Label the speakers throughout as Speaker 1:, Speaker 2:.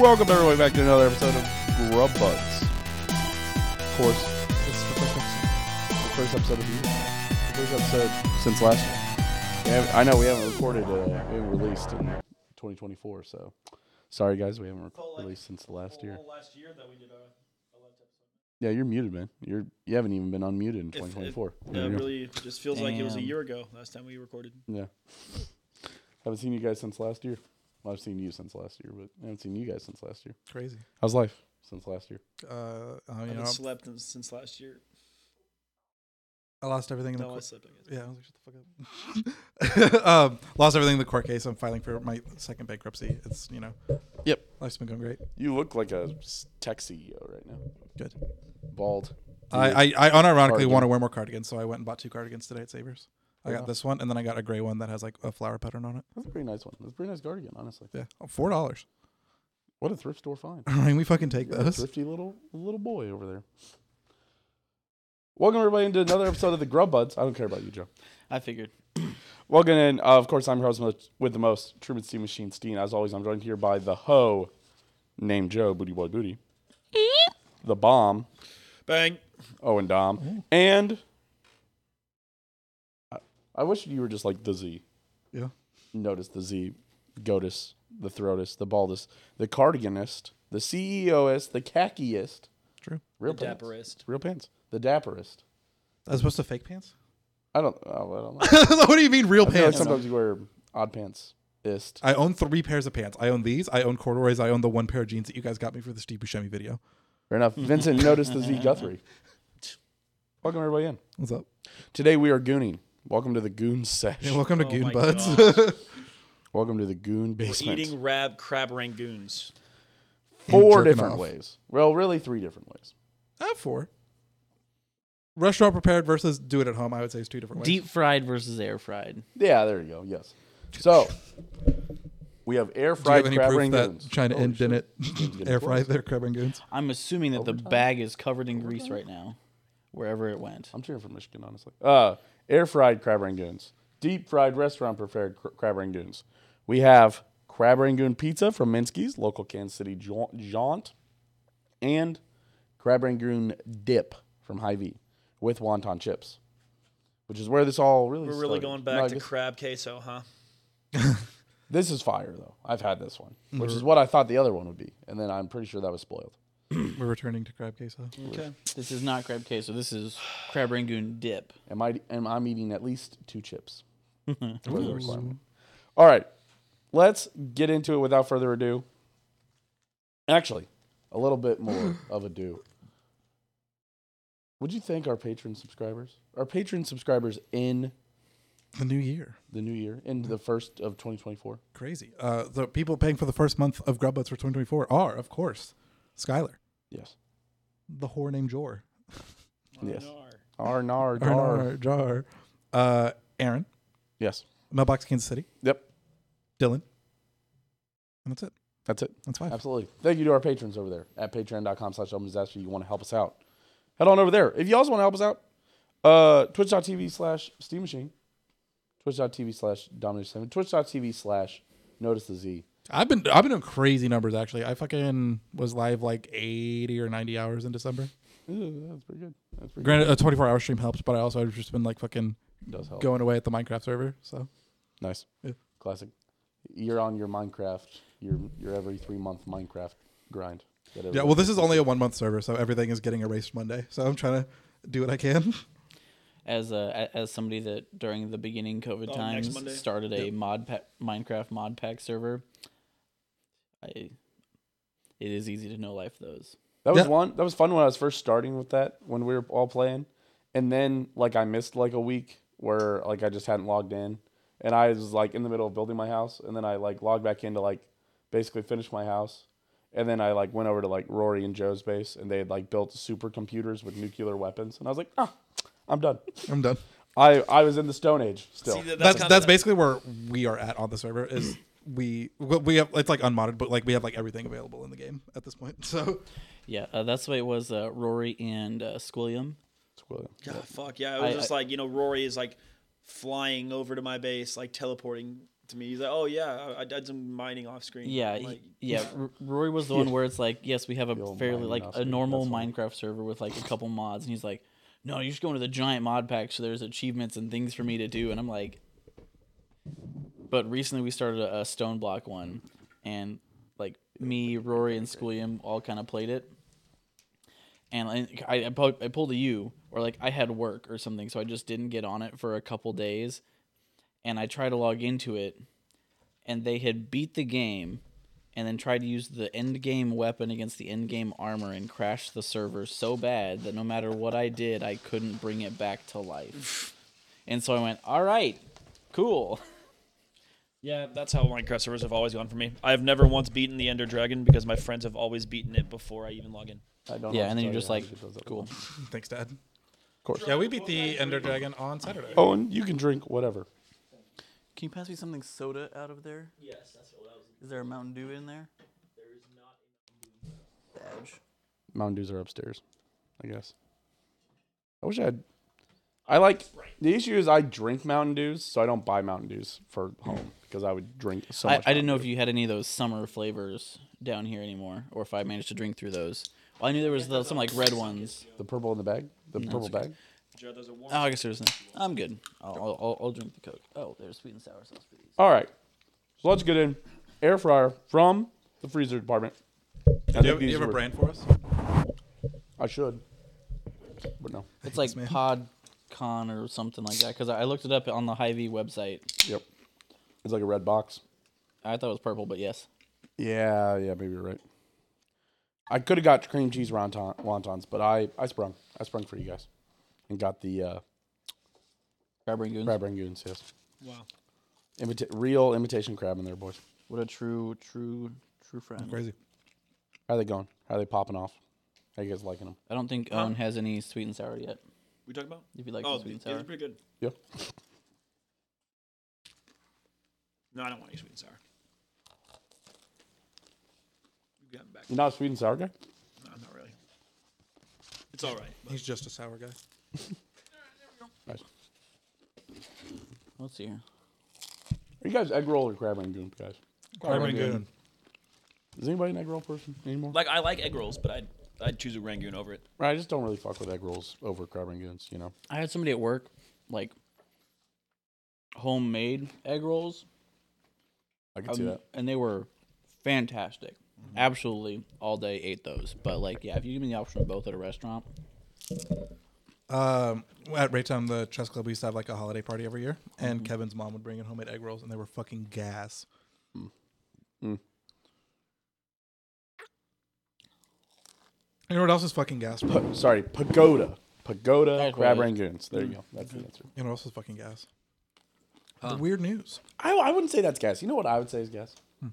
Speaker 1: Welcome everybody back to another episode of Grub Buds. Of course, this is the first episode. The first episode of the year. The first episode since last year. We haven't- I know we haven't recorded, uh, we haven't released in 2024, so sorry guys, we haven't re- released since the last year.
Speaker 2: last year that we did uh, a,
Speaker 1: Yeah, you're muted, man. You're you haven't even been unmuted in 2024. There you
Speaker 2: It
Speaker 1: go.
Speaker 2: really just feels like it was a
Speaker 3: Damn.
Speaker 2: year ago last time we recorded.
Speaker 1: Yeah. Haven't seen you guys since last year. Well, I've seen you since last year, but I haven't seen you guys since last year.
Speaker 3: Crazy.
Speaker 1: How's life since last year?
Speaker 3: Uh, I,
Speaker 2: I
Speaker 3: mean, you know,
Speaker 2: haven't slept in- since last year.
Speaker 3: I lost everything in the
Speaker 2: No, I
Speaker 3: court.
Speaker 2: slept. I guess.
Speaker 3: Yeah, I was like, shut the fuck up. um, lost everything in the court case. I'm filing for my second bankruptcy. It's you know,
Speaker 1: Yep.
Speaker 3: life's been going great.
Speaker 1: You look like a s- tech CEO right now.
Speaker 3: Good.
Speaker 1: Bald.
Speaker 3: I, I, I unironically
Speaker 1: Cardigan.
Speaker 3: want to wear more cardigans, so I went and bought two cardigans today at Savers. I
Speaker 1: Yeah.
Speaker 3: got this one, and then I got a gray one that has like a flower pattern on it.
Speaker 1: That's a pretty nice one. That's a pretty nice cardigan, honestly.
Speaker 3: Yeah, oh, four dollars.
Speaker 1: What a thrift store find.
Speaker 3: I mean, we fucking take
Speaker 1: You're a
Speaker 3: those.
Speaker 1: thrifty little little boy over there. Welcome everybody into another episode of the Grub Buds. I don't care about you, Joe.
Speaker 2: I figured.
Speaker 1: Welcome in. Uh, of course, I'm your host with- with the most, Truman Steam Machine Steen. As always, I'm joined here by the hoe named Joe, Booty Boy Booty. the bomb,
Speaker 2: Bang.
Speaker 1: Oh and Dom. And I, I wish you were just like the Z.
Speaker 3: Yeah.
Speaker 1: Notice the Z, Gotus, the Throatus, the Baldus, the Cardiganist, the CEOist, the Khakiist.
Speaker 3: True.
Speaker 1: Real
Speaker 2: The
Speaker 1: pants.
Speaker 2: dapperist.
Speaker 1: Real pants. The Dapperist.
Speaker 3: As opposed to fake pants.
Speaker 1: I don't, oh, I don't know.
Speaker 3: what do you mean real
Speaker 1: I feel like
Speaker 3: pants?
Speaker 1: sometimes you wear odd pants. Ist.
Speaker 3: I own three pairs of pants. I own these. I own corduroys. I own the one pair of jeans that you guys got me for the Steve Buscemi video.
Speaker 1: Fair enough. Vincent noticed the Z Guthrie. Welcome everybody in.
Speaker 3: What's up?
Speaker 1: Today we are gooning. Welcome to the goon sesh.
Speaker 3: Yeah, welcome to
Speaker 2: Oh my
Speaker 3: Goon Buds.
Speaker 2: gosh.
Speaker 1: Welcome to the goon
Speaker 2: We're
Speaker 1: basement.
Speaker 2: eating rab crab rangoons.
Speaker 1: Four
Speaker 3: And jerking
Speaker 1: different
Speaker 3: off.
Speaker 1: ways. Well, really three different ways.
Speaker 3: I have four. Restaurant prepared versus do it at home. I would say it's two different ways.
Speaker 4: Deep fried versus air fried.
Speaker 1: Yeah, there you go. Yes. So we have air
Speaker 3: do you
Speaker 1: fried
Speaker 3: have any
Speaker 1: crab
Speaker 3: proof that
Speaker 1: rangoons.
Speaker 3: China
Speaker 1: Holy
Speaker 3: and
Speaker 1: Oh, shit.
Speaker 3: didn't
Speaker 1: getting
Speaker 3: air fry
Speaker 1: close.
Speaker 3: their crab rangoons?
Speaker 4: I'm assuming that the
Speaker 1: Overtime?
Speaker 4: bag is covered in grease right now, wherever it went.
Speaker 1: I'm cheering for Michigan, honestly. Uh, air fried crab rangoons, deep fried restaurant prepared cr- crab rangoons. We have crab rangoon pizza from Minsky's, local Kansas City jaunt, jaunt and crab rangoon dip from Hy-Vee with wonton chips, which is where this all really.
Speaker 2: We're really
Speaker 1: started.
Speaker 2: going
Speaker 1: No, I
Speaker 2: back to
Speaker 1: guess-
Speaker 2: crab queso, huh?
Speaker 1: This is fire though. I've had this one, which
Speaker 3: Mm-hmm.
Speaker 1: is what I thought the other one would be, and then I'm pretty sure that was spoiled.
Speaker 3: We're returning to crab queso.
Speaker 2: Okay.
Speaker 4: This is not crab queso. This is crab rangoon dip.
Speaker 1: Am I? Am I'm eating at least two chips? For the requirement. All right, let's get into it without further ado. Actually, a little bit more of a do. Would you thank our patron subscribers? Our patron subscribers in
Speaker 3: The new year.
Speaker 1: the new year, in the first of 2024.
Speaker 3: Crazy. Uh, the people paying for the first month of Grub Buds for 2024 are, of course, Skylar,
Speaker 1: Yes.
Speaker 3: the whore named Jor,
Speaker 1: Yes.
Speaker 2: Arnar.
Speaker 1: R nar dar.
Speaker 3: Arnar, Jar, uh, Aaron,
Speaker 1: Yes.
Speaker 3: Mailbox Kansas City,
Speaker 1: Yep.
Speaker 3: Dylan. And that's it.
Speaker 1: That's it.
Speaker 3: That's five.
Speaker 1: Absolutely. Thank you to our patrons over there at patreon.com slash album disaster. You want to help us out. Head on over there. If you also want to help us out, uh, twitch.tv slash steam machine, twitch.tv slash domination, twitch.tv slash notice the Z.
Speaker 3: I've been I've been doing crazy numbers actually. I fucking was live like 80 or 90 hours in December.
Speaker 1: Ooh, that's pretty good. That's pretty
Speaker 3: Granted, a 24 hour stream helps, but I also have just been like fucking
Speaker 1: good. does help.
Speaker 3: going away at the Minecraft server. So
Speaker 1: Nice.
Speaker 3: Yeah.
Speaker 1: Classic. You're on your Minecraft, your, your every three month Minecraft grind. that
Speaker 3: yeah,
Speaker 1: everyone-
Speaker 3: well, this is only a one month server, so everything is getting erased Monday. So I'm trying to do what I can.
Speaker 4: As uh, a, a- as somebody that during the beginning COVID
Speaker 2: Oh, next Monday?
Speaker 4: times started a mod pack, Minecraft mod pack server, I it is easy to know life those.
Speaker 1: That was
Speaker 3: Yeah.
Speaker 1: one. That was fun when I was first starting with that when we were all playing, and then like I missed like a week where like I just hadn't logged in, and I was like in the middle of building my house, and then I like logged back in to like basically finish my house, and then I like went over to like Rory and Joe's base, and they had like built supercomputers with nuclear weapons, and I was like, ah, I'm done.
Speaker 3: I'm done.
Speaker 1: I I was in the Stone Age still.
Speaker 2: See, that-
Speaker 3: That's
Speaker 2: kinda
Speaker 3: that's,
Speaker 2: the-
Speaker 3: basically where we are at on the server. Is we we- we have it's like unmodded, but like we have like everything available in the game at this point. So
Speaker 4: Yeah, uh, that's the way it was. Uh, Rory and uh, Squilliam.
Speaker 1: Squilliam.
Speaker 2: God, fuck yeah! I was
Speaker 4: I-
Speaker 2: just like, you know, Rory is like flying over to my base, like teleporting to me. He's like, "Oh yeah, I, I did some mining off screen."
Speaker 4: Yeah,
Speaker 2: I'm
Speaker 4: he-
Speaker 2: like,
Speaker 4: yeah. R- Rory was the one where it's like, yes, we have
Speaker 1: The
Speaker 4: a
Speaker 1: old
Speaker 4: fairly
Speaker 1: mining
Speaker 4: like
Speaker 1: off
Speaker 4: a
Speaker 1: screen,
Speaker 4: normal
Speaker 1: that's funny.
Speaker 4: Minecraft server with like a couple mods, and he's like, no, you should go into the giant mod pack. So there's achievements and things for me to do, and I'm like, but recently we started a, a stone block one, and like me, Rory, and Squilliam all kind of played it. And I, I, I pu- I pulled a U, or like I had work or something, so I just didn't get on it for a couple days. And I tried to log into it, and they had beat the game and then tried to use the end game weapon against the end game armor and crashed the server so bad that no matter what I did, I couldn't bring it back to life. And so I went, all right, cool.
Speaker 2: yeah. That's how Minecraft servers have always gone for me. I've never once beaten the Ender Dragon because my friends have always beaten it before I even log in.
Speaker 1: I don't
Speaker 4: Yeah,
Speaker 1: know
Speaker 4: and then
Speaker 1: if
Speaker 4: you're
Speaker 1: I
Speaker 4: just
Speaker 1: know
Speaker 4: like,
Speaker 1: if it does that.
Speaker 4: cool.
Speaker 3: Thanks, Dad.
Speaker 1: Of course.
Speaker 3: Yeah, we beat the Ender Dragon on Saturday.
Speaker 1: Oh, and you can drink whatever.
Speaker 4: Can you pass me something soda out of there?
Speaker 2: Yes, that's what I was.
Speaker 4: Is there a Mountain Dew in there?
Speaker 2: There is not.
Speaker 4: Badge.
Speaker 1: Mountain Dews are upstairs, I guess. I wish I had. I like the issue is I drink Mountain Dews, so I don't buy Mountain Dews for home because I would drink so
Speaker 4: I,
Speaker 1: much.
Speaker 4: I didn't know
Speaker 1: Mountain
Speaker 4: if you had any of those summer flavors down here anymore, or if I managed to drink through those. Well, I knew there was the, some like red ones.
Speaker 1: Dew. the purple in the bag, the purple
Speaker 4: okay.
Speaker 1: bag.
Speaker 2: Jared, there's a warm.
Speaker 4: Oh, I guess there's. No. I'm good. I'll, I'll, I'll- I'll drink the Coke. Oh, there's sweet and sour sauce for these.
Speaker 1: All right, so let's get in air fryer from the freezer department. I
Speaker 3: Do you have, do you
Speaker 1: these
Speaker 3: have a
Speaker 1: were-
Speaker 3: brand for us?
Speaker 1: I should, but no.
Speaker 4: It's like
Speaker 3: man.
Speaker 4: PodCon or something like that. Because I I looked it up on the Hy-Vee website.
Speaker 1: Yep, it's like a red box.
Speaker 4: I thought it was purple, but yes.
Speaker 1: Yeah, yeah, maybe you're right. I could have got cream cheese wonton, wontons, but I I sprung I sprung for you guys, and got the uh,
Speaker 4: Crab rangoons.
Speaker 1: crab rangoons. Yes.
Speaker 2: Wow.
Speaker 1: Imita- real imitation crab in there, boys.
Speaker 4: What a true, true, true friend.
Speaker 3: Crazy.
Speaker 1: How they going? How they popping off? How you guys liking them?
Speaker 4: I don't think Owen has any sweet and sour yet.
Speaker 2: We talking about?
Speaker 4: If you like
Speaker 2: oh,
Speaker 4: some sweet and
Speaker 2: these
Speaker 4: sour.
Speaker 2: are pretty good.
Speaker 1: Yeah.
Speaker 2: No, I don't want any sweet and sour. You got me back.
Speaker 1: You're not a sweet and sour guy?
Speaker 2: No, not really. It's all right. but-
Speaker 3: He's just a sour guy.
Speaker 1: Nice.
Speaker 4: Let's see here.
Speaker 1: Are you guys egg roll or crab rangoon guys?
Speaker 3: Crab
Speaker 1: Rangoon.
Speaker 3: Rangoon.
Speaker 1: Is anybody an egg roll person anymore?
Speaker 2: Like I like egg rolls, but I'd I'd choose a rangoon over it.
Speaker 1: I just don't really fuck with egg rolls over crab rangoons, you know?
Speaker 4: I had somebody at work, like homemade egg rolls,
Speaker 1: I can see
Speaker 4: um,
Speaker 1: that. Mm-hmm.
Speaker 4: and they were fantastic. Absolutely, all day ate those. But like, yeah, if you give me the option of both at a restaurant,
Speaker 3: Um, at Raytown, the chess club, we used to have like a holiday party every year, and Kevin's mom would bring in homemade egg rolls, and they were fucking gas.
Speaker 1: Mm.
Speaker 3: You know what else is fucking gas? Bro?
Speaker 1: Pa- sorry, pagoda. Pagoda
Speaker 4: That's
Speaker 1: crab
Speaker 4: what it
Speaker 1: rangoons. There you go.
Speaker 3: Mm-hmm.
Speaker 1: That's the answer.
Speaker 3: You know what else is fucking gas? The weird news.
Speaker 1: I, I wouldn't say that's gas. You know what I would say is gas? The
Speaker 3: Hmm.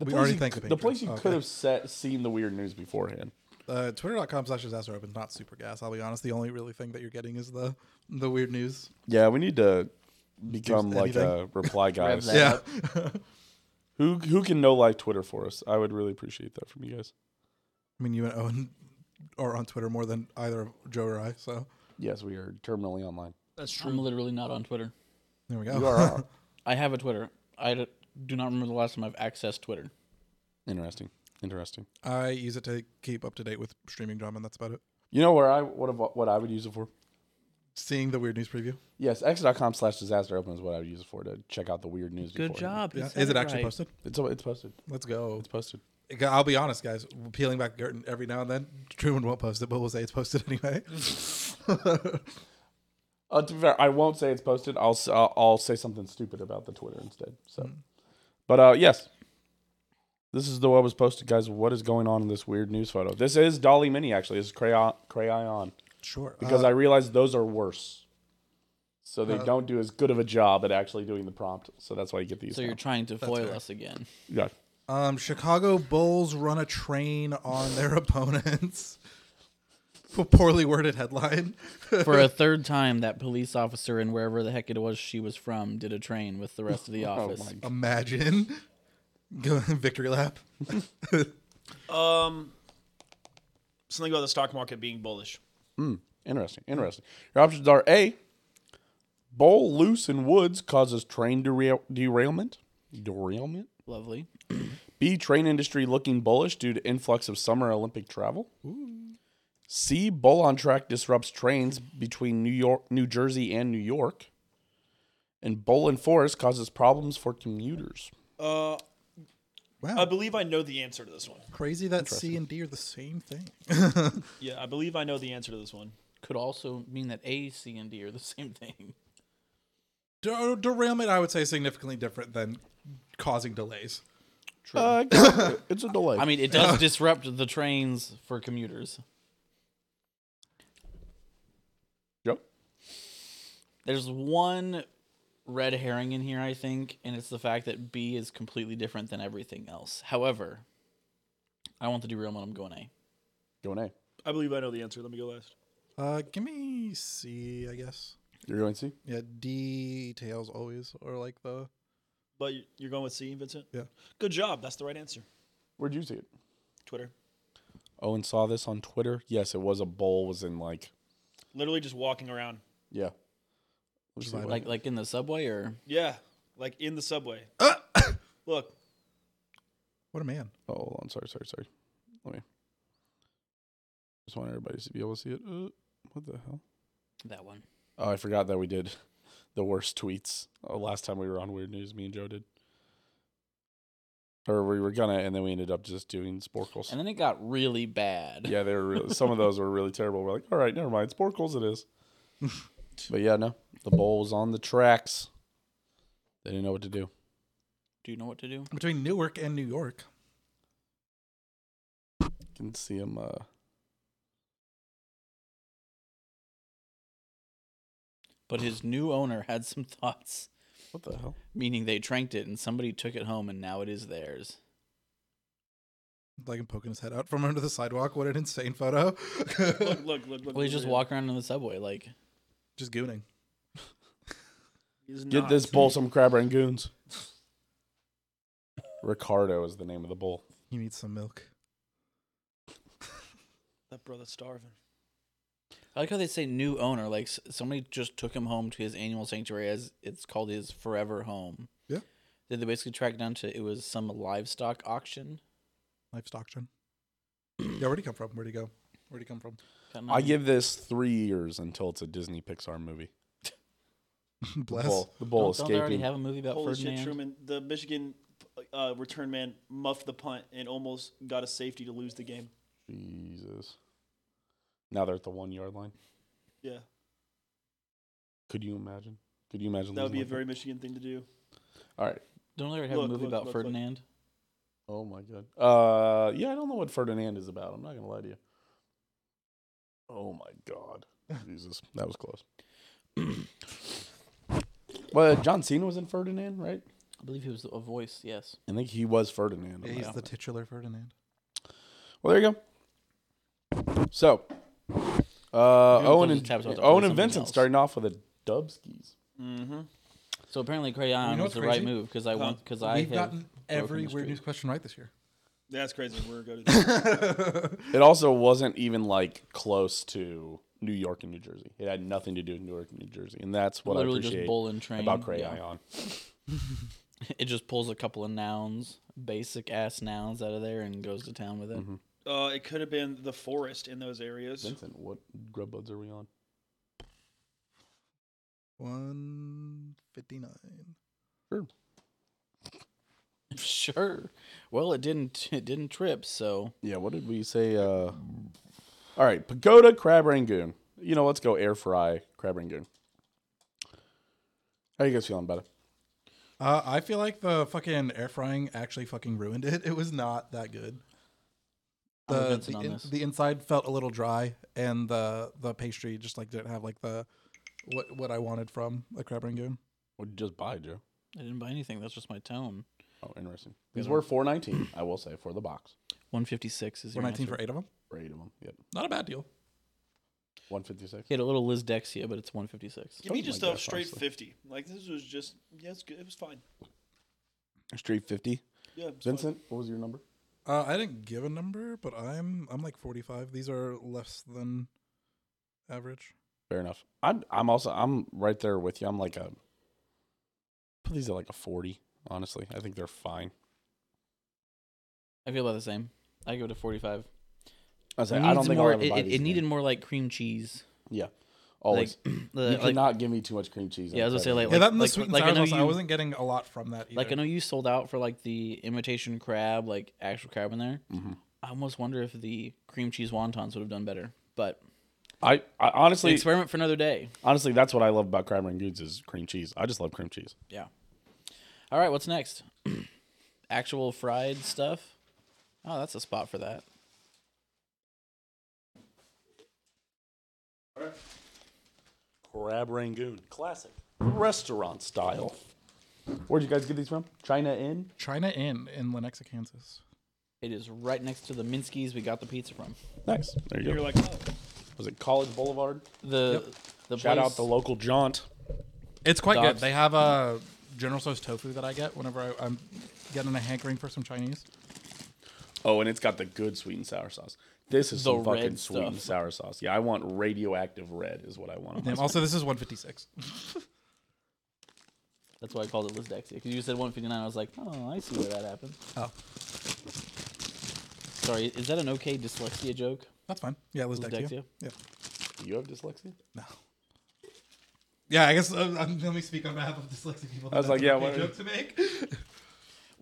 Speaker 3: We
Speaker 1: place
Speaker 3: already
Speaker 1: you,
Speaker 3: thanked the
Speaker 1: the
Speaker 3: patrons.
Speaker 1: place you
Speaker 3: Oh, Okay.
Speaker 1: could have set, seen the weird news beforehand.
Speaker 3: Uh, Twitter.com slash disaster open is not super gas. I'll be honest. The only really thing that you're getting is the the weird news.
Speaker 1: Yeah, we need to become like
Speaker 3: anything.
Speaker 1: a reply guy.
Speaker 4: Rev that up.
Speaker 1: Who who can know like Twitter for us? I would really appreciate that from you guys.
Speaker 3: I mean, you and Owen are on Twitter more than either of Joe or I. So
Speaker 1: Yes, we are terminally online.
Speaker 2: That's
Speaker 4: I'm literally not on Twitter.
Speaker 3: there we go.
Speaker 1: You are on.
Speaker 4: I have a Twitter. I d- do not remember the last time I've accessed Twitter.
Speaker 1: interesting, interesting.
Speaker 3: I use it to keep up to date with streaming drama, and that's about it.
Speaker 1: You know where I what about what I would use it for?
Speaker 3: Seeing the weird news preview.
Speaker 1: Yes, x.com slash disaster open is what I would use it for to check out the weird news. beforehand.
Speaker 3: Yeah. Is it actually posted?
Speaker 1: It's it's posted.
Speaker 3: Let's go.
Speaker 1: It's posted.
Speaker 3: I'll be honest, guys. Peeling back the curtain every now and then. Truman won't post it, but we'll say it's posted anyway.
Speaker 1: Uh, to be fair, I won't say it's posted. I'll s- uh, I'll say something stupid about the Twitter instead. So, but uh, yes, this is the what was posted, guys. What is going on in this weird news photo? This is Dolly Mini actually. This is crayon crayon.
Speaker 3: Sure.
Speaker 1: because
Speaker 4: Uh-huh.
Speaker 1: I realized those are worse. So they
Speaker 3: Uh,
Speaker 1: don't do as good of a job at actually doing the prompt. So that's why you get these.
Speaker 4: So you're
Speaker 1: now.
Speaker 4: trying to foil
Speaker 3: fair.
Speaker 4: us again.
Speaker 1: yeah.
Speaker 3: um, Chicago Bulls run a train on their opponents. A poorly worded headline.
Speaker 4: For a third time, that police officer in wherever the heck it was she was from did a train with the rest of
Speaker 3: Oh
Speaker 4: the office.
Speaker 1: my
Speaker 3: Imagine victory lap.
Speaker 2: Um, something about the stock market being bullish.
Speaker 1: Interesting. Interesting. Your options are A, Bowl loose in woods causes train derail- derailment. Derailment.
Speaker 4: Lovely.
Speaker 1: B. Train industry looking bullish due to influx of summer Olympic travel. C. Bull on track disrupts trains between New York, New Jersey, and New York. And Bull and Forest causes problems for commuters.
Speaker 2: Uh,
Speaker 3: Wow,
Speaker 2: I believe I know the answer to this one.
Speaker 3: crazy that C and D are the same thing.
Speaker 2: Yeah, I believe I know the answer to this one.
Speaker 4: Could also mean that A, C, and D are the same thing.
Speaker 3: Der- derailment, I would say, significantly different than causing delays.
Speaker 1: Uh, it's- it's a delay.
Speaker 4: I mean, it does disrupt the trains for commuters.
Speaker 1: Yep.
Speaker 4: There's one red herring in here, I think, and it's the fact that B is completely different than everything else. However, I want the derailment. I'm going A.
Speaker 1: Going A.
Speaker 2: I believe I know the answer. Let me go last.
Speaker 3: Uh, give me C, I guess.
Speaker 1: You're going C.
Speaker 3: Yeah, details always are like the
Speaker 2: But you- you're going with C, Vincent.
Speaker 3: yeah.
Speaker 2: Good job. That's the right answer.
Speaker 1: Where'd you see it?
Speaker 2: Twitter.
Speaker 1: Owen Oh, saw this on Twitter. Yes, it was a bowl. Was in like
Speaker 2: Literally just walking around.
Speaker 1: yeah. Let's see what-
Speaker 4: Like, like in the subway or
Speaker 2: Yeah, like in the subway. Look,
Speaker 3: What a man.
Speaker 1: Oh, hold on. Sorry, sorry, sorry. Let me. Just want everybody to be able to see it. Uh, what the hell?
Speaker 4: that one.
Speaker 1: Oh, I forgot that we did the worst tweets uh, last time we were on Weird News. Me and Joe did, or we were gonna, and then we ended up just doing sporkles.
Speaker 4: And then it got really bad.
Speaker 1: Yeah, they were really, some of those were really terrible. We're like, all right, never mind. Sporkles it is. but yeah, no, the bowl was on the tracks. They didn't know what to do.
Speaker 4: Do you know what to do?
Speaker 3: Between Newark and New York.
Speaker 1: Can see them. Uh,
Speaker 4: But his new owner had some thoughts,
Speaker 1: what the hell?
Speaker 4: meaning they tranked it and somebody took it home and now it is theirs.
Speaker 3: Like him poking his head out from under the sidewalk. What an insane photo.
Speaker 2: look, look, look, look.
Speaker 4: Well, he's
Speaker 2: over
Speaker 4: just
Speaker 2: here.
Speaker 4: walking around in the subway like
Speaker 3: Just gooning.
Speaker 2: He's
Speaker 1: Get
Speaker 2: not.
Speaker 1: this bull some crab rangoons. Ricardo is the name of the bull.
Speaker 3: He needs some milk.
Speaker 2: That brother's starving.
Speaker 4: I like how they say new owner. Like s- somebody just took him home to his annual sanctuary, as it's called his forever home.
Speaker 3: Yeah.
Speaker 4: Did they basically track down to it was some livestock auction?
Speaker 3: Livestock gen. yeah, where'd he come from? Where'd he go? Where'd he come from?
Speaker 4: Kinda
Speaker 1: I
Speaker 2: Mm-hmm.
Speaker 4: nice.
Speaker 1: give this three years until it's a Disney Pixar movie. The
Speaker 3: Bless.
Speaker 1: bull, the bull
Speaker 4: Don't, don't they already
Speaker 1: escaping.
Speaker 4: have a movie about
Speaker 2: Holy
Speaker 4: Ferdinand?
Speaker 2: shit, Truman! The Michigan uh, return man muffed the punt and almost got a safety to lose the game.
Speaker 1: Jesus. Now they're at the one yard line.
Speaker 2: Yeah,
Speaker 1: Could you imagine? Could you imagine?
Speaker 2: that would
Speaker 1: losing
Speaker 2: be a
Speaker 1: like
Speaker 2: very Michigan thing to do.
Speaker 1: All right.
Speaker 4: Don't they already have
Speaker 2: Look,
Speaker 4: a movie
Speaker 2: look,
Speaker 4: about
Speaker 2: look, look.
Speaker 4: Ferdinand?
Speaker 1: Oh my god. Uh, yeah, I don't know what Ferdinand is about. I'm not gonna lie to you. Oh my god. Jesus, that was close. well, John Cena was in Ferdinand, right?
Speaker 4: I believe he was a voice. Yes.
Speaker 1: I think he was Ferdinand.
Speaker 3: Yeah, he's
Speaker 4: Yeah.
Speaker 3: the titular Ferdinand.
Speaker 1: Well, there you go. So, uh,
Speaker 4: Maybe
Speaker 1: Owen
Speaker 4: we'll
Speaker 1: and
Speaker 4: just have to play
Speaker 1: Owen and
Speaker 4: something
Speaker 1: Vincent
Speaker 4: else.
Speaker 1: starting off with a Dubskis.
Speaker 2: Mm-hmm.
Speaker 4: So apparently, Crayon
Speaker 3: You know
Speaker 4: was
Speaker 3: what's
Speaker 4: the
Speaker 3: crazy?
Speaker 4: right move because I
Speaker 2: Huh.
Speaker 4: want because I
Speaker 3: We've
Speaker 4: have
Speaker 3: gotten every
Speaker 4: the
Speaker 3: weird
Speaker 4: streak.
Speaker 3: news question right this year.
Speaker 2: That's crazy. We're going to.
Speaker 1: It also wasn't even like close to New York and New Jersey. It had nothing to do with Newark and New Jersey, and that's what
Speaker 4: literally
Speaker 1: I appreciate
Speaker 4: just bull and train
Speaker 1: about Cray
Speaker 4: Yeah.
Speaker 1: Ion.
Speaker 4: It just pulls a couple of nouns, basic ass nouns, out of there and goes to town with it.
Speaker 1: Mm-hmm.
Speaker 2: Uh, it could have been the forest in those areas.
Speaker 1: Vincent, what grub buds are we on?
Speaker 3: 159.
Speaker 4: Sure. Well, it didn't. It didn't trip. So
Speaker 1: Yeah, what did we say? Uh, all right, pagoda crab rangoon. You know, let's go air fry crab rangoon. How you guys feeling about it?
Speaker 3: Uh, I feel like the fucking air frying actually fucking ruined it. It was not that good.
Speaker 4: I'm with
Speaker 3: The,
Speaker 4: Vincent
Speaker 3: the,
Speaker 4: on
Speaker 3: in-
Speaker 4: this.
Speaker 3: the inside felt a little dry, and the the pastry just like didn't have like the what what I wanted from a crab rangoon.
Speaker 1: What did you just buy, Joe?
Speaker 4: I didn't buy anything. That's just my tone.
Speaker 1: Oh, interesting. These were four nineteen. I will say for the box,
Speaker 4: One fifty six is
Speaker 3: One
Speaker 4: your
Speaker 3: nineteen
Speaker 4: answer.
Speaker 3: for eight of them.
Speaker 1: for eight of them. Yep,
Speaker 3: Not a bad deal.
Speaker 1: one fifty six.
Speaker 4: He had a little Lizdexia, but it's one fifty six.
Speaker 2: Give me
Speaker 1: Something
Speaker 2: just
Speaker 1: like
Speaker 2: a
Speaker 1: that,
Speaker 2: straight
Speaker 1: honestly.
Speaker 2: fifty. Like this was just yeah, it's good. It was fine.
Speaker 1: Street fifty.
Speaker 2: Yeah, it was fine.
Speaker 1: Vincent, what was your number?
Speaker 3: Uh, I didn't give a number, but I'm I'm like forty five. These are less than average.
Speaker 1: Fair enough. I'm I'm also I'm right there with you. I'm like a put these at like a forty. Honestly, I think they're fine.
Speaker 4: I feel about the same. I give it a 45.
Speaker 1: I, was
Speaker 4: It
Speaker 1: like, I don't
Speaker 4: needs
Speaker 1: think
Speaker 4: more-
Speaker 1: I'll ever
Speaker 4: it,
Speaker 1: buy
Speaker 4: it-
Speaker 1: these
Speaker 4: it
Speaker 1: again.
Speaker 4: needed more like cream cheese.
Speaker 1: always.
Speaker 4: The-
Speaker 1: you
Speaker 4: like-
Speaker 1: cannot give me too much cream cheese.
Speaker 4: Yeah, I was gonna say,
Speaker 1: like.
Speaker 4: like-
Speaker 3: Yeah, that and the
Speaker 4: like-
Speaker 3: sweet and
Speaker 4: like I
Speaker 3: sour
Speaker 4: know
Speaker 3: sauce, I
Speaker 4: you-
Speaker 3: wasn't getting a lot from that either.
Speaker 4: like I know you sold out for like the imitation crab, like actual crab in there.
Speaker 1: Mhm.
Speaker 4: I almost wonder if the cream cheese wontons would have done better. But
Speaker 1: I, I honestly,
Speaker 4: experiment for another day.
Speaker 1: honestly, that's what I love about crab goods is cream cheese. I just love cream cheese.
Speaker 4: Yeah. All right, what's next? actual fried stuff. Oh, that's a spot for that.
Speaker 1: Crab Rangoon, classic restaurant style. Where'd you guys get these from? China Inn.
Speaker 3: China Inn in Lenexa, Kansas.
Speaker 4: It is right next to the Minsky's we got the pizza from.
Speaker 1: Nice. There you
Speaker 2: You're
Speaker 1: go.
Speaker 2: like, oh,
Speaker 1: Was it College Boulevard?
Speaker 4: The the
Speaker 1: Shout out
Speaker 4: place-
Speaker 1: the local jaunt.
Speaker 3: It's quite
Speaker 4: Dogs.
Speaker 3: good. They have a General Tso's tofu that I get whenever I, I'm getting a hankering for some Chinese.
Speaker 1: Oh, and it's got the good sweet and sour sauce. This is
Speaker 4: The
Speaker 1: some fucking
Speaker 4: red
Speaker 1: sweet and
Speaker 4: stuff.
Speaker 1: sour sauce. Yeah, I want radioactive red is what I want. On my
Speaker 3: Damn, also, this is 156.
Speaker 4: That's why I called it Lizdexia. Because you said 159. I was like, oh, I see where that happened.
Speaker 3: Oh,
Speaker 4: Sorry, is that an okay dyslexia joke?
Speaker 3: that's fine. Yeah, Lizdexia.
Speaker 4: Lizdexia.
Speaker 3: Yeah.
Speaker 1: side. you have dyslexia?
Speaker 3: No. Yeah, I guess um, um, let me speak on behalf of dyslexic people.
Speaker 1: I was like,
Speaker 3: That's a
Speaker 1: yeah,
Speaker 3: big
Speaker 1: what-
Speaker 3: joke to make.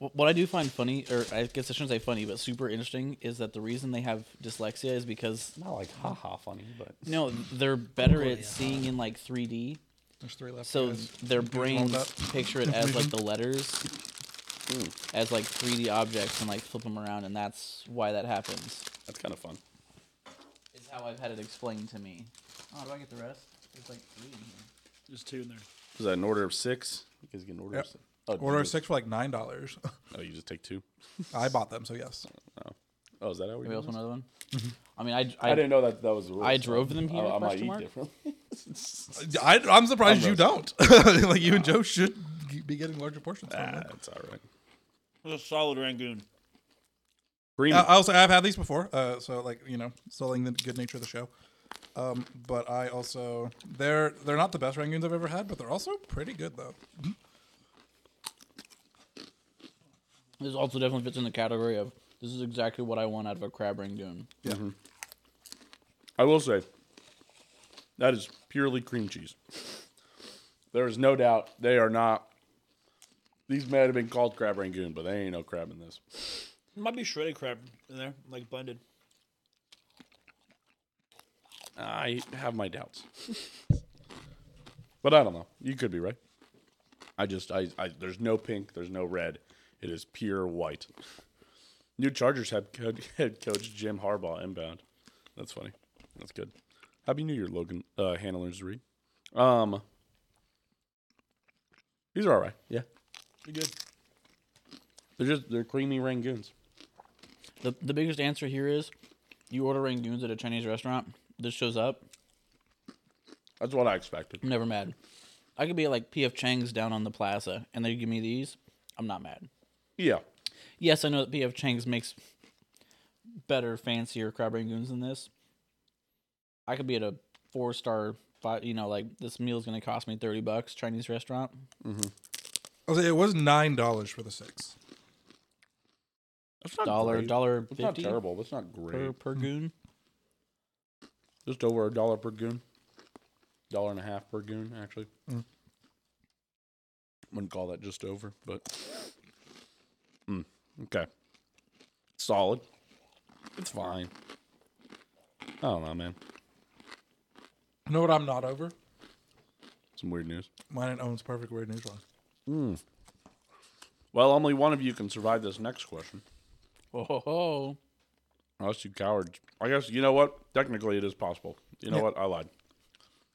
Speaker 4: Wh- What I do find funny, or I guess I shouldn't say funny, but super interesting, is that the reason they have dyslexia is because
Speaker 1: Not like haha funny, but
Speaker 4: no, they're better at seeing in like 3D,
Speaker 3: There's three left.
Speaker 4: so
Speaker 3: guys.
Speaker 4: their
Speaker 3: Can you hold
Speaker 4: brains
Speaker 3: up?
Speaker 4: picture it as
Speaker 1: Mm-hmm.
Speaker 4: like
Speaker 3: Information.
Speaker 4: the letters,
Speaker 1: Mm.
Speaker 4: as like 3D objects, and like flip them around, and that's why that happens.
Speaker 1: that's kind of fun.
Speaker 4: Is how I've had it explained to me. Oh, do I get the rest? There's like three in here.
Speaker 2: there's two in there.
Speaker 1: Is that an order of six? You guys get an order
Speaker 3: Yep.
Speaker 1: of six. Oh, did
Speaker 3: Order
Speaker 1: you
Speaker 3: of
Speaker 1: just-
Speaker 3: six for like nine dollars.
Speaker 1: Oh, you just take two.
Speaker 3: I bought them, so yes.
Speaker 1: Oh, is that how we?
Speaker 4: Anybody
Speaker 1: do
Speaker 4: else
Speaker 1: this?
Speaker 4: want another one? I mean, I,
Speaker 1: Mm-hmm. I,
Speaker 4: I,
Speaker 1: didn't know that that was the rule.
Speaker 4: I
Speaker 1: so
Speaker 4: drove them here,
Speaker 1: I, I might
Speaker 4: question
Speaker 1: eat
Speaker 4: mark?
Speaker 1: differently.
Speaker 3: I, I'm surprised
Speaker 1: I'm
Speaker 3: you don't. like you and Joe should g- be getting larger portions. From
Speaker 1: ah,
Speaker 3: them.
Speaker 1: that's all right.
Speaker 2: That's a solid Rangoon.
Speaker 1: Cream.
Speaker 3: I, I'll say Uh, I've had these before, uh, so like you know, selling the good nature of the show. Um, but I also they're they're not the best rangoons I've ever had, but they're also pretty good though.
Speaker 4: this also definitely fits in the category of this is exactly what I want out of a crab rangoon.
Speaker 1: I will say that is purely cream cheese. There is no doubt they are not. These may have been called crab rangoon, but they ain't no crab in this.
Speaker 2: Might be shredded crab in there, like blended.
Speaker 1: I have my doubts, but I don't know. You could be right. I just, I, I, there's no pink, there's no red. It is pure white. New Chargers head, co- head coach Jim Harbaugh inbound. That's funny. That's good. Happy New Year, Logan uh, Handlers Reed. Um, these are all right. Yeah,
Speaker 2: You're good.
Speaker 1: they're just they're creamy rangoons.
Speaker 4: The the biggest answer here is you order rangoons at a Chinese restaurant, this shows up,
Speaker 1: That's what I expected.
Speaker 4: I'm never mad. I could be at like PF Chang's down on the plaza and they give me these, I'm not mad.
Speaker 1: Yeah,
Speaker 4: Yes, I know that PF Chang's makes better, fancier crab rangoons than this. I could be at a four star five you know, like this meal's gonna cost me thirty bucks, Chinese restaurant.
Speaker 3: I was like, it was nine dollars for the six.
Speaker 1: that's not
Speaker 4: Dollar
Speaker 1: great.
Speaker 4: dollar
Speaker 1: It's not
Speaker 4: fifty
Speaker 1: terrible. Hmm. but It's not great.
Speaker 4: per per goon.
Speaker 1: Just over a dollar per goon. Dollar and a half per goon, actually.
Speaker 3: Mm.
Speaker 1: Wouldn't call that just over, but. Mm, okay. Solid. It's fine. I don't know, man.
Speaker 3: You know what? I'm not over.
Speaker 1: Some weird news.
Speaker 3: Mine and Owen's perfect weird news one.
Speaker 1: Well, only one of you can survive this next question.
Speaker 4: Oh ho ho.
Speaker 1: Unless you cowards. I guess, you know what? Technically, it is possible. You know
Speaker 3: Yeah.
Speaker 1: what? I lied.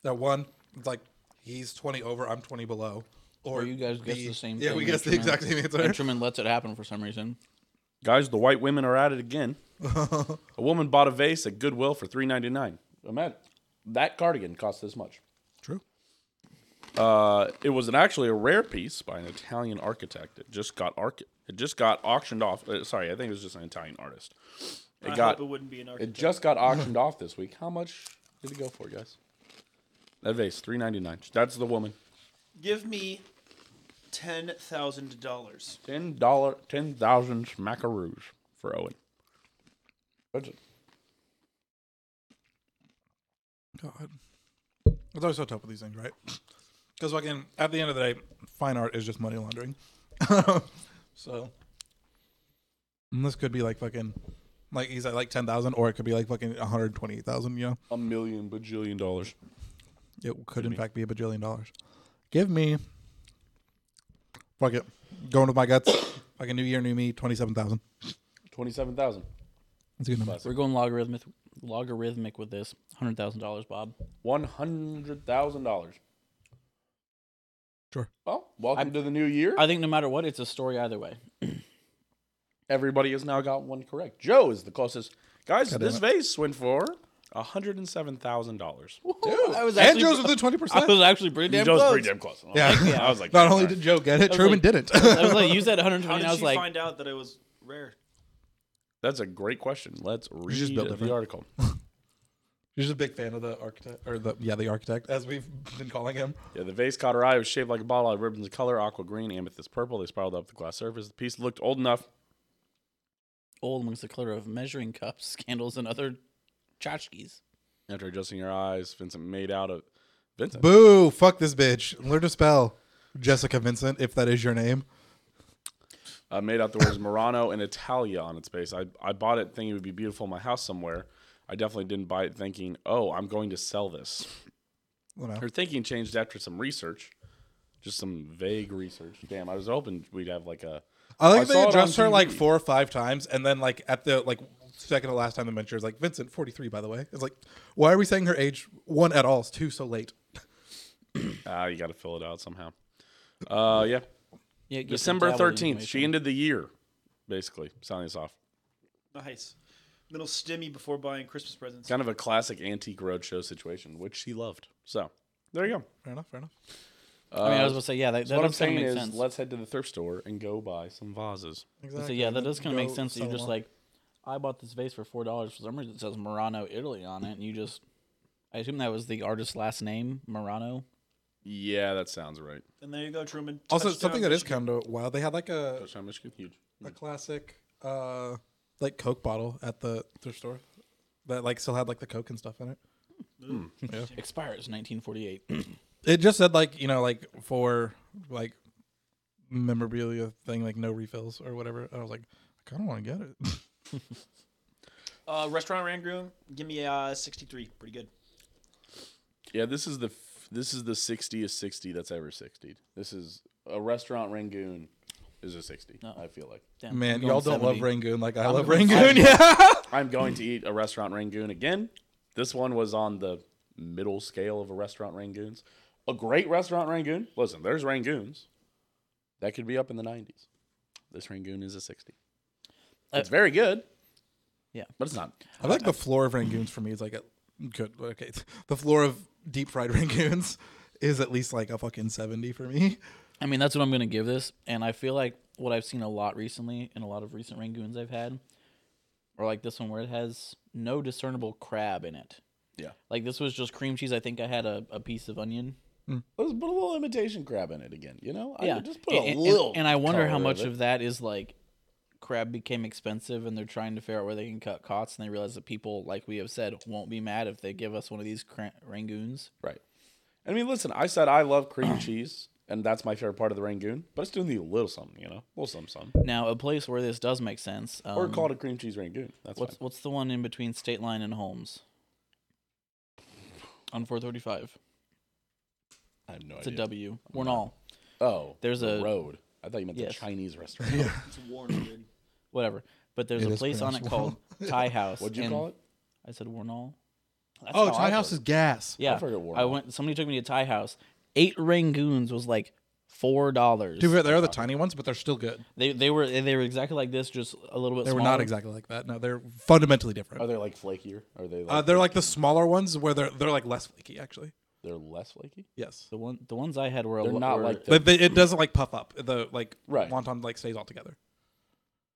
Speaker 3: That one, it's like he's twenty over, I'm twenty below.
Speaker 4: Or you guys guess the same
Speaker 3: Yeah,
Speaker 4: thing.
Speaker 3: we guessed the
Speaker 4: Intraman-
Speaker 3: exact same answer.
Speaker 4: Intraman lets it happen for some reason.
Speaker 1: Guys, the white women are at it again. a woman bought a vase at Goodwill for three ninety nine. Imagine that cardigan cost this much.
Speaker 3: True.
Speaker 1: Uh, it was an, actually a rare piece by an Italian architect. It just got arch- It just got auctioned off. uh, sorry, I think it was just an Italian artist. It
Speaker 2: I
Speaker 1: got.
Speaker 2: hope it wouldn't be an
Speaker 1: It
Speaker 2: architect.
Speaker 1: just got auctioned off this week. How much did it go for, guys? That vase, three ninety nine. That's the woman.
Speaker 2: Give me ten thousand dollars.
Speaker 1: Ten dollar, ten thousand smackaroos for Owen. Budget.
Speaker 3: God. It's always so tough with these things, right? Because fucking at the end of the day, fine art is just money laundering. so and this could be like fucking like he's at like ten thousand, or it could be like fucking one hundred twenty thousand. You know,
Speaker 1: A million bajillion dollars.
Speaker 3: it could in fact be a bajillion dollars. Give me fuck it, going with my guts. fucking new year, new me, twenty seven thousand.
Speaker 1: Twenty seven thousand.
Speaker 3: That's a good number.
Speaker 4: We're going logarithmic, logarithmic with this. Hundred thousand dollars, Bob.
Speaker 1: One hundred thousand dollars.
Speaker 3: Sure.
Speaker 1: Well, welcome to the new year.
Speaker 4: I think no matter what, it's a story either way.
Speaker 1: Everybody has now got one correct. Joe is the closest. Guys,
Speaker 3: God damn
Speaker 1: this
Speaker 3: it.
Speaker 1: vase went for hundred and seven thousand dollars.
Speaker 4: I was
Speaker 3: And
Speaker 4: actually,
Speaker 3: Joe's within twenty
Speaker 4: I
Speaker 3: percent.
Speaker 4: was actually pretty damn
Speaker 1: Joe's
Speaker 4: close.
Speaker 1: pretty damn close.
Speaker 3: Yeah.
Speaker 1: I was like,
Speaker 3: Not only
Speaker 1: alright.
Speaker 3: did Joe get it,
Speaker 4: was
Speaker 3: Truman
Speaker 4: like-
Speaker 3: didn't.
Speaker 4: I was like, you said
Speaker 2: How
Speaker 4: 120.
Speaker 2: did
Speaker 4: I was
Speaker 2: she
Speaker 4: like,
Speaker 2: find out that it was rare?
Speaker 1: that's a great question. Let's read
Speaker 3: just built
Speaker 1: the
Speaker 3: different.
Speaker 1: article.
Speaker 3: You're just a big fan of the architect, or the yeah, the architect, as we've been calling him.
Speaker 1: Yeah, the vase caught her eye. It was shaped like a bottle. Had ribbons of color, aqua green, amethyst purple. They spiraled up the glass surface. The piece looked old enough.
Speaker 4: old amongst the clutter of measuring cups, candles, and other tchotchkes.
Speaker 1: After adjusting her eyes, Vincent made out of Vincent.
Speaker 3: Boo! Fuck this bitch. Learn to spell Jessica Vincent, if that is your name.
Speaker 1: uh, made out the words Murano and Italia on its base. I, I bought it thinking it would be beautiful in my house somewhere. I definitely didn't buy it thinking, oh, I'm going to sell this.
Speaker 3: You know.
Speaker 1: Her thinking changed after some research, just some vague research. Damn, I was hoping we'd have like a.
Speaker 3: I like
Speaker 1: I
Speaker 3: that
Speaker 1: saw it
Speaker 3: they
Speaker 1: on
Speaker 3: addressed her
Speaker 1: TV.
Speaker 3: like four or five times, and then like at the like second to last time they mentioned her, it's like Vincent, forty three, by the way. It's like, why are we saying her age one at all? It's two so late.
Speaker 1: Ah, you got to fill it out somehow. Uh, yeah,
Speaker 4: Yeah, it gets
Speaker 1: December
Speaker 4: dabbled in
Speaker 1: thirteenth. She
Speaker 4: information.
Speaker 1: ended the year, basically selling us off.
Speaker 2: Nice. Little stimmy before buying Christmas presents.
Speaker 1: Kind of a classic antique roadshow situation, which she loved. So there you go. Uh,
Speaker 3: Fair enough, fair enough.
Speaker 4: I mean, I was gonna say, yeah, that,
Speaker 1: So
Speaker 4: that
Speaker 1: what I'm
Speaker 4: does kind
Speaker 1: saying
Speaker 4: of make
Speaker 1: is,
Speaker 4: sense.
Speaker 1: let's head to the thrift store and go buy some vases.
Speaker 4: So,
Speaker 3: Exactly.
Speaker 4: yeah, that does kind of make sense. That
Speaker 3: So
Speaker 4: you're just like, I bought this vase for four dollars for some reason. It says Murano, Italy on it, and you just, I assume that was the artist's last name, Murano.
Speaker 1: Yeah, that sounds right.
Speaker 2: And there you go, Truman.
Speaker 3: also
Speaker 2: Touchdown,
Speaker 3: something that is
Speaker 2: Michigan.
Speaker 3: kind of wild. They had like a
Speaker 1: Touchdown Michigan, huge.
Speaker 3: a classic uh like Coke bottle at the thrift store that like still had like the Coke and stuff in it. hmm.
Speaker 4: Expires 1948.
Speaker 3: It just said like you know like for like memorabilia thing like no refills or whatever. I was like, I kind of want to get it.
Speaker 2: Uh, Restaurant Rangoon, give me uh, 63. Pretty good.
Speaker 1: Yeah, this is the f- this is the sixtieth sixty that's ever sixty. This is a restaurant Rangoon is a sixty.
Speaker 4: Oh.
Speaker 1: I feel like
Speaker 4: Damn, I'm
Speaker 3: Man,
Speaker 4: going
Speaker 3: y'all don't
Speaker 4: 70.
Speaker 3: love Rangoon like I love
Speaker 4: going
Speaker 3: Rangoon. Yeah,
Speaker 1: I'm going to eat a restaurant Rangoon again. This one was on the middle scale of a restaurant Rangoon's. A great restaurant Rangoon. Listen, there's Rangoons that could be up in the nineties. This Rangoon is a sixty. It's very good.
Speaker 4: Uh, yeah.
Speaker 1: but it's not.
Speaker 3: I like the floor of Rangoons for me is like a good. Okay, it's- the floor of deep fried Rangoons is at least like a fucking seventy for me.
Speaker 4: I mean, that's what I'm gonna give this, and I feel like what I've seen a lot recently, and a lot of recent Rangoons I've had, or like this one where it has no discernible crab in it.
Speaker 1: Yeah,
Speaker 4: Like this was just cream cheese. I think I had a, a piece of onion.
Speaker 1: let's put a little imitation crab in it again. You know, I
Speaker 4: yeah,
Speaker 1: just put
Speaker 4: and,
Speaker 1: a
Speaker 4: and-
Speaker 1: little.
Speaker 4: And, I wonder how
Speaker 1: color
Speaker 4: much
Speaker 1: it.
Speaker 4: of that is like crab became expensive, and they're trying to figure out where they can cut costs, and they realize that people, like we have said, won't be mad if they give us one of these cra- Rangoons.
Speaker 1: Right. I mean, listen, I said I love cream cheese, and that's my favorite part of the Rangoon, but it's doing the little something, you know? little something, something.
Speaker 4: Now, a place where this does make sense. Um,
Speaker 1: Or call it a cream cheese Rangoon. That's
Speaker 4: what's what's the one in between State Line and Holmes? On
Speaker 1: fine.
Speaker 4: 435.
Speaker 1: I have no
Speaker 4: It's a
Speaker 1: idea.
Speaker 4: W. Warnall.
Speaker 1: oh,
Speaker 4: There's
Speaker 1: the
Speaker 4: a-
Speaker 1: road. I thought you meant
Speaker 4: Yes.
Speaker 1: the Chinese restaurant.
Speaker 2: It's worn, dude.
Speaker 4: Whatever. But there's
Speaker 3: It
Speaker 4: a
Speaker 3: is
Speaker 4: place on it
Speaker 3: pronounced
Speaker 4: called Thai House.
Speaker 1: What'd you
Speaker 4: and-
Speaker 1: call it?
Speaker 4: I said Warnall. That's
Speaker 3: oh,
Speaker 4: how
Speaker 3: Thai
Speaker 4: I
Speaker 3: House
Speaker 4: heard
Speaker 3: is gas.
Speaker 4: Yeah,
Speaker 1: I forget
Speaker 4: I
Speaker 1: Warhol.
Speaker 4: went. Somebody took me to Thai House. Eight Rangoons was like four dollars.
Speaker 3: Dude, there are the tiny ones, but they're still good.
Speaker 4: They they were they were exactly like this, just a little bit.
Speaker 3: They were
Speaker 4: smaller.
Speaker 3: not exactly like that. No, they're fundamentally different.
Speaker 1: Are they like flakier? Are they like
Speaker 3: Uh, they're like the smaller ones where they're they're like less flaky actually.
Speaker 1: they're less flaky?
Speaker 3: Yes,
Speaker 4: The one the ones I had were a
Speaker 1: They're
Speaker 4: lo-
Speaker 1: not
Speaker 4: were-
Speaker 1: like the
Speaker 3: but they, it doesn't like puff up. The like
Speaker 1: Right.
Speaker 3: wonton like stays all together.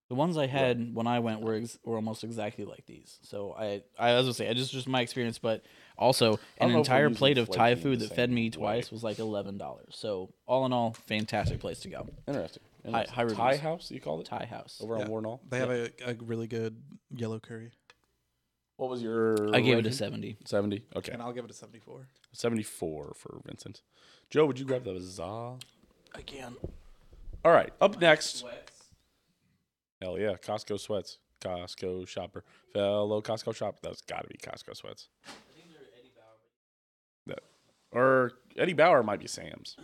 Speaker 4: the ones I had when I went were ex- were almost exactly like these. So I I as I say I just just my experience, but Also,
Speaker 1: don't know
Speaker 4: an
Speaker 1: if we're
Speaker 4: entire
Speaker 1: using
Speaker 4: plate of
Speaker 1: flaky
Speaker 4: Thai
Speaker 1: in the
Speaker 4: food that fed
Speaker 1: same
Speaker 4: me
Speaker 1: way.
Speaker 4: twice was like eleven dollars. So all in all, fantastic place to go.
Speaker 1: Interesting.
Speaker 4: Hi-
Speaker 1: Interesting.
Speaker 4: hi, reviews.
Speaker 1: Thai house, you called it?
Speaker 4: Thai house.
Speaker 1: Over
Speaker 3: Yeah.
Speaker 1: on Warnall.
Speaker 3: They have a, a really good yellow curry.
Speaker 1: What was your?
Speaker 4: I gave it a
Speaker 1: rating?
Speaker 4: seventy.
Speaker 1: seventy. Okay,
Speaker 3: And I'll give it a 74.
Speaker 1: seventy four for Vincent. Joe, would you grab the za? All
Speaker 4: Again.
Speaker 1: right, up next. Hell yeah, Costco sweats. Costco shopper, fellow Costco shopper. That's got to be Costco sweats. That or Eddie Bauer might be Sam's.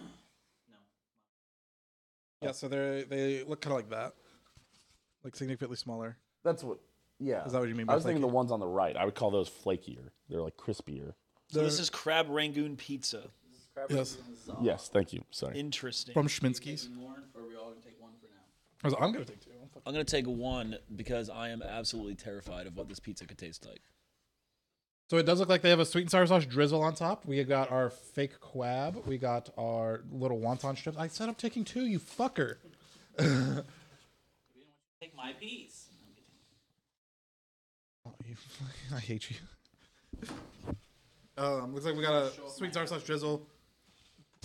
Speaker 3: Yeah, so they they look kind of like that, like significantly smaller.
Speaker 1: That's what. Yeah.
Speaker 3: Is that what you mean? By
Speaker 1: I was thinking the
Speaker 3: flaky?
Speaker 1: ones on the right. I would call those flakier. They're like crispier.
Speaker 2: So this is crab rangoon pizza.
Speaker 3: yes.
Speaker 1: Yes, thank you. Sorry.
Speaker 2: Interesting.
Speaker 3: from Schminsky's. I was like, I'm gonna take two. I'm fucking-
Speaker 2: I'm gonna take one because I am absolutely terrified of what this pizza could taste like.
Speaker 3: So it does look like they have a sweet and sour sauce drizzle on top. We got our fake quab. We got our little wonton strips. I said I'm taking two, you fucker.
Speaker 4: Take my piece.
Speaker 3: Oh, you fucking- I hate you. Um, looks like we got a sweet and sour sauce drizzle.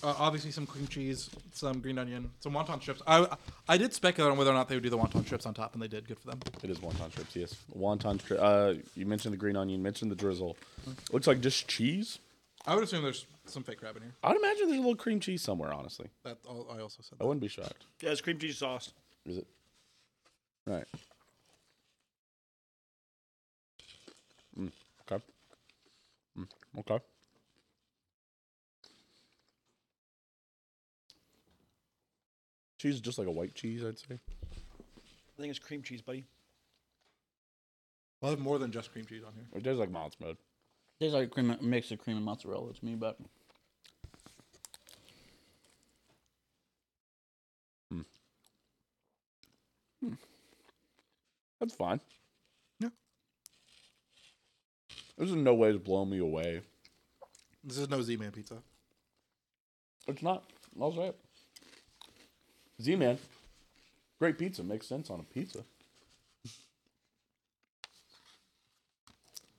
Speaker 3: Uh, obviously, some cream cheese, some green onion, some wonton strips. I I did speculate on whether or not they would do the wonton strips on top, and they did. Good for them.
Speaker 1: It is wonton strips. Yes, wonton strip. Uh, you mentioned the green onion. Mentioned the drizzle.
Speaker 3: Mm-hmm.
Speaker 1: Looks like just cheese.
Speaker 3: I would assume there's some fake crab in here.
Speaker 1: I'd imagine there's a little cream cheese somewhere. Honestly,
Speaker 3: That all, I also said.
Speaker 1: I wouldn't be shocked.
Speaker 2: Yeah, it's cream cheese sauce.
Speaker 1: Is it? Right. Mm, okay. Mm, okay. Cheese is just like a white cheese, I'd say.
Speaker 2: I think it's cream cheese, buddy.
Speaker 3: I'll have more than just cream cheese on here.
Speaker 1: It tastes like mild mode.
Speaker 4: There's like cream, a mix of cream and mozzarella to me, but
Speaker 1: That's fine.
Speaker 3: Yeah.
Speaker 1: This is in no ways blowing me away.
Speaker 3: This is no Z-Man pizza.
Speaker 1: It's not. I'll say it. Z Man. Great pizza. Makes sense on a pizza.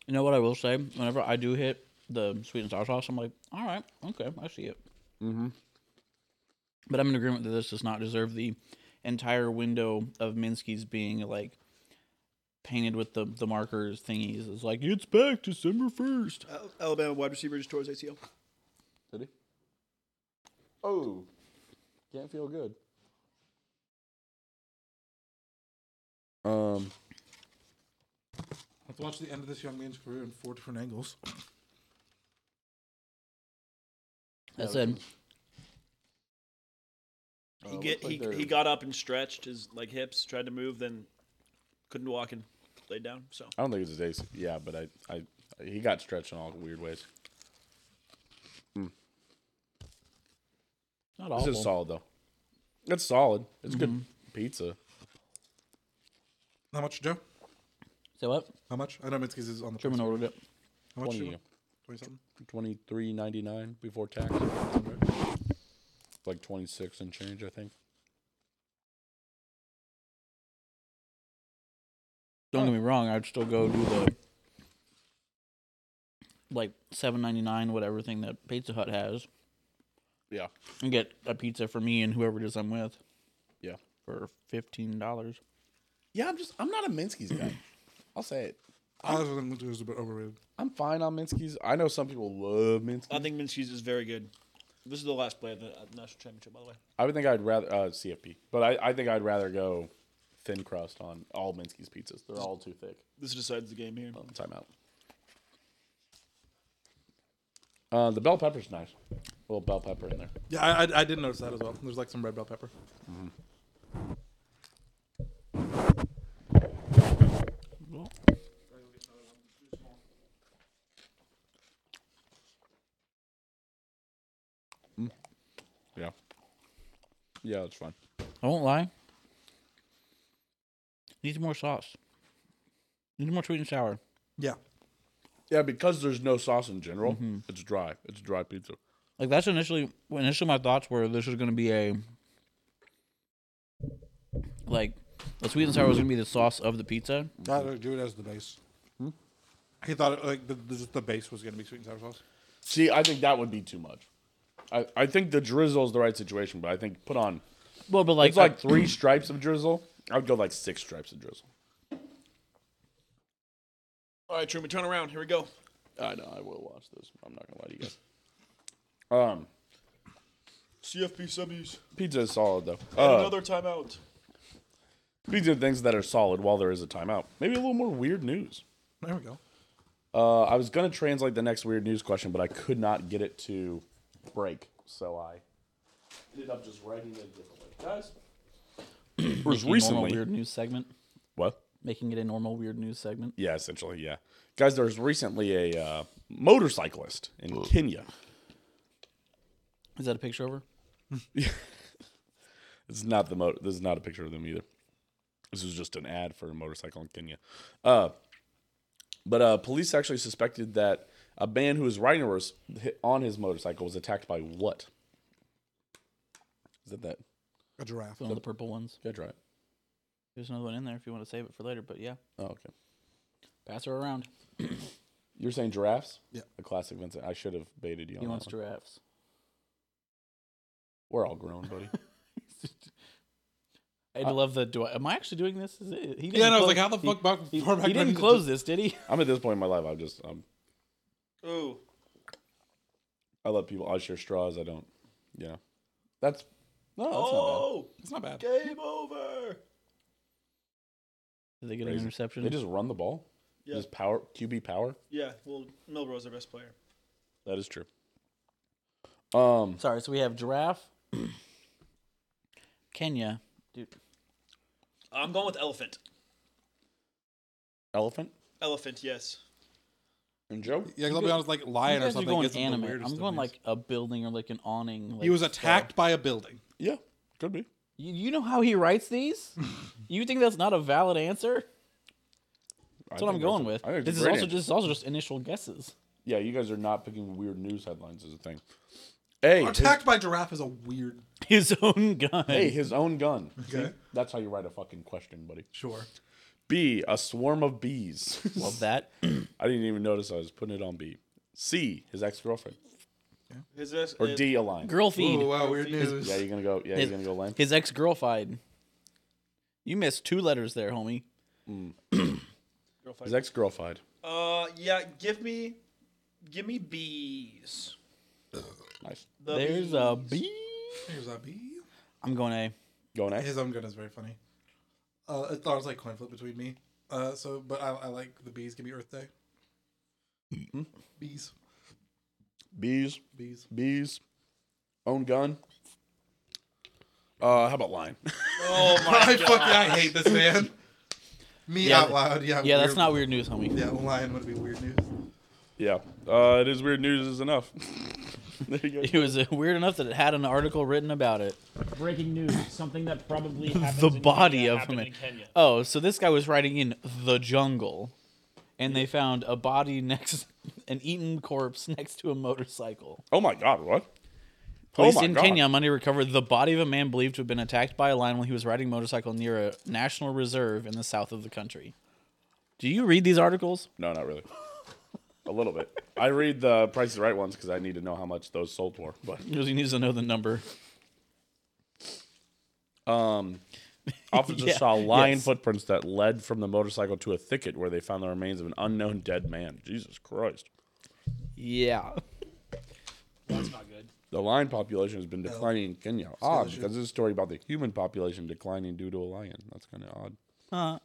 Speaker 4: you know what I will say? Whenever I do hit the sweet and sour sauce, I'm like, all right, okay, I see it.
Speaker 1: Mm-hmm.
Speaker 4: But I'm in agreement that this does not deserve the entire window of Minsky's being like painted with the, the markers thingies. It's like it's back December first.
Speaker 2: Alabama wide receiver just tore his ACL.
Speaker 1: Did he? Oh. Can't feel good. Um,
Speaker 3: Let's watch the end of this young man's career in four different angles.
Speaker 4: That said,
Speaker 1: uh,
Speaker 2: He
Speaker 1: looks
Speaker 2: get
Speaker 1: like
Speaker 2: he,
Speaker 1: they're-
Speaker 2: he got up and stretched his like hips, tried to move, then couldn't walk and laid down. So
Speaker 1: I don't think it's his ace. Yeah, but I, I, he got stretched in all weird ways.
Speaker 4: not awful.
Speaker 1: This is solid though. It's solid. It's good pizza.
Speaker 3: How much, Joe?
Speaker 4: So what?
Speaker 3: How much? I know Minsky's is on the
Speaker 4: Truman
Speaker 3: price.
Speaker 4: ordered it.
Speaker 3: How much?
Speaker 1: Twenty,
Speaker 3: Twenty something.
Speaker 1: twenty three ninety nine before tax. Like twenty six and change, I think.
Speaker 4: Don't get me wrong, I'd still go do the like seven ninety nine whatever thing that Pizza Hut has
Speaker 1: Yeah.
Speaker 4: and get a pizza for me and whoever it is I'm with
Speaker 1: Yeah.
Speaker 4: for fifteen dollars.
Speaker 1: Yeah, I'm just I'm not a Minsky's guy. I'll say it.
Speaker 3: I think it was a bit overrated.
Speaker 1: I'm fine on Minsky's. I know some people love Minsky.
Speaker 2: I think Minsky's is very good. This is the last play of the uh, national championship, by the way.
Speaker 1: I would think I'd rather uh, CFP, but I, I think I'd rather go thin crust on all Minsky's pizzas. They're all too thick.
Speaker 2: This decides the game here.
Speaker 1: Um, timeout. Uh, the bell pepper's nice. A little bell pepper in there.
Speaker 3: Yeah, I, I, I did notice that as well. There's like some red bell pepper.
Speaker 1: Yeah. Yeah, that's fine.
Speaker 4: I won't lie. Needs more sauce. Needs more sweet and sour.
Speaker 3: Yeah.
Speaker 1: Yeah, because there's no sauce in general, it's dry. It's dry pizza.
Speaker 4: Like that's initially initially my thoughts were this was gonna be a like the sweet and sour was gonna be the sauce of the pizza. Hmm?
Speaker 3: I do it as the base. He thought it, like the, the, just the base was going to be sweet and sour sauce.
Speaker 1: See, I think that would be too much. I, I think the drizzle is the right situation, but I think put on
Speaker 4: Well, but like,
Speaker 1: it's like uh, three stripes of drizzle. I would go like six stripes of drizzle.
Speaker 2: All right, Truman, turn around. Here we go.
Speaker 1: I know I will watch this. I'm not gonna lie to you guys. Um,
Speaker 2: CFP subbies.
Speaker 1: pizza is solid though. Uh,
Speaker 2: Another timeout.
Speaker 1: Speaking of things that are solid while there is a timeout, maybe a little more weird news.
Speaker 3: There we go.
Speaker 1: Uh, I was going to translate the next weird news question, but I could not get it to break. So I ended up just writing it a different way. Guys, was
Speaker 4: making a normal
Speaker 1: recently.
Speaker 4: weird news segment,
Speaker 1: What?
Speaker 4: making it a normal weird news segment.
Speaker 1: Yeah, essentially, yeah. Guys, there's recently a uh, motorcyclist in Kenya.
Speaker 4: Is that a picture over?
Speaker 1: This is not the mo- this is not a picture of them either. This was just an ad for a motorcycle in Kenya. Uh, but uh, police actually suspected that a man who was riding a ros- on his motorcycle was attacked by what? Is that that?
Speaker 3: A giraffe.
Speaker 4: One of the purple ones.
Speaker 1: Good right.
Speaker 4: There's another one in there if you want to save it for later. But yeah,
Speaker 1: Oh, okay.
Speaker 4: pass her around.
Speaker 1: You're saying giraffes?
Speaker 3: Yeah.
Speaker 1: A classic Vincent. I should have baited you on
Speaker 4: He
Speaker 1: that
Speaker 4: wants
Speaker 1: one.
Speaker 4: giraffes.
Speaker 1: We're all grown, buddy.
Speaker 4: I love the. Do I, am I actually doing this? Is it, he didn't
Speaker 3: Uh, Yeah, and I was
Speaker 4: close-
Speaker 3: like, how the
Speaker 4: he-
Speaker 3: fuck back
Speaker 4: He,
Speaker 3: far back
Speaker 4: he
Speaker 3: do I need
Speaker 4: didn't
Speaker 3: to-
Speaker 4: close this, did he?
Speaker 1: I'm at this point in my life. I'm just um,
Speaker 2: Ooh.
Speaker 1: I let people I share straws. I don't. You know. That's no. That's not
Speaker 2: Oh,
Speaker 3: It's not bad.
Speaker 2: game over.
Speaker 4: Did they
Speaker 1: Crazy.
Speaker 4: get an
Speaker 1: bad.
Speaker 4: interception?
Speaker 1: They just run the ball.
Speaker 2: Yeah.
Speaker 1: Just power QB power.
Speaker 2: Yeah, well, Milrose's their best player.
Speaker 1: That is true. Um,
Speaker 4: Sorry, so we have giraffe, Kenya. Dude,
Speaker 2: I'm going with elephant.
Speaker 1: elephant
Speaker 2: Elephant, yes.
Speaker 1: and Joe.
Speaker 3: Yeah, 'cause I'll be honest, like lion
Speaker 4: you
Speaker 3: or
Speaker 4: guys are
Speaker 3: something.
Speaker 4: going
Speaker 3: gets them the
Speaker 4: anime.
Speaker 3: weirdest
Speaker 4: I'm
Speaker 3: of
Speaker 4: going
Speaker 3: these.
Speaker 4: like a building or like an awning. Like,
Speaker 3: he was attacked by a building.
Speaker 1: Yeah, could be.
Speaker 4: You, you know how he writes these? you think that's not a valid answer? That's what I'm going with. This is also just this is also just initial guesses.
Speaker 1: yeah. You guys are not picking weird news headlines as a thing. Hey, his,
Speaker 3: Attacked by giraffe is a weird.
Speaker 4: His own gun.
Speaker 1: hey, his own gun.
Speaker 3: Okay.
Speaker 1: That's how you write a fucking question, buddy.
Speaker 3: Sure.
Speaker 1: B, a swarm of bees.
Speaker 4: Love that.
Speaker 1: I didn't even notice I was putting it on B. C, his ex girlfriend.
Speaker 2: His best,
Speaker 1: Or D, a line.
Speaker 4: Girl feed.
Speaker 3: Oh wow, weird news.
Speaker 1: Yeah, you're gonna go. Yeah, you're gonna go line.
Speaker 4: His ex girlfriend. You missed two letters there, homie.
Speaker 1: His ex girlfriend.
Speaker 2: Uh, yeah, give me, give me bees.
Speaker 1: Nice.
Speaker 2: The
Speaker 4: There's a bee.
Speaker 3: Here's a bee.
Speaker 4: I'm going A.
Speaker 1: Going A.
Speaker 3: His own gun is very funny. Uh, it was like coin flip between me. Uh, so, but I, I like the bees. Give me Earth Day. Bees,
Speaker 1: Bees.
Speaker 3: bees.
Speaker 1: Bees. Own gun. Uh, how about line?
Speaker 2: Oh my
Speaker 3: I fucking I hate this man. Me
Speaker 4: Yeah,
Speaker 3: out loud. Yeah.
Speaker 4: Yeah, that's
Speaker 3: weird-
Speaker 4: not weird news, homie.
Speaker 3: Yeah, lion would be weird news.
Speaker 1: yeah. Uh, it is weird news is enough. there you go.
Speaker 4: It was uh, weird enough that it had an article written about it.
Speaker 5: Breaking news: something that probably happens
Speaker 4: The
Speaker 5: in
Speaker 4: body
Speaker 5: Kenya
Speaker 4: of
Speaker 5: happened
Speaker 4: him.
Speaker 5: in Kenya.
Speaker 4: Oh, so this guy was riding in the jungle, and they found a body next, an eaten corpse next to a motorcycle.
Speaker 1: Oh my God! What?
Speaker 4: Police
Speaker 1: Oh my
Speaker 4: in
Speaker 1: God.
Speaker 4: Kenya on Monday recovered the body of a man believed to have been attacked by a lion while he was riding a motorcycle near a national reserve in the south of the country. Do you read these articles?
Speaker 1: No, not really. A little bit. I read the Price is Right ones because I need to know how much those sold for. But
Speaker 4: Because he needs to know the number.
Speaker 1: Um, officers
Speaker 4: Yeah,
Speaker 1: saw lion
Speaker 4: yes.
Speaker 1: footprints that led from the motorcycle to a thicket where they found the remains of an unknown dead man. Jesus Christ.
Speaker 4: Yeah.
Speaker 5: That's not good.
Speaker 1: The lion population has been declining in Kenya. Ah,
Speaker 3: Scholarship.
Speaker 1: because this is a story about the human population declining due to a lion. That's kind of odd.
Speaker 4: Uh,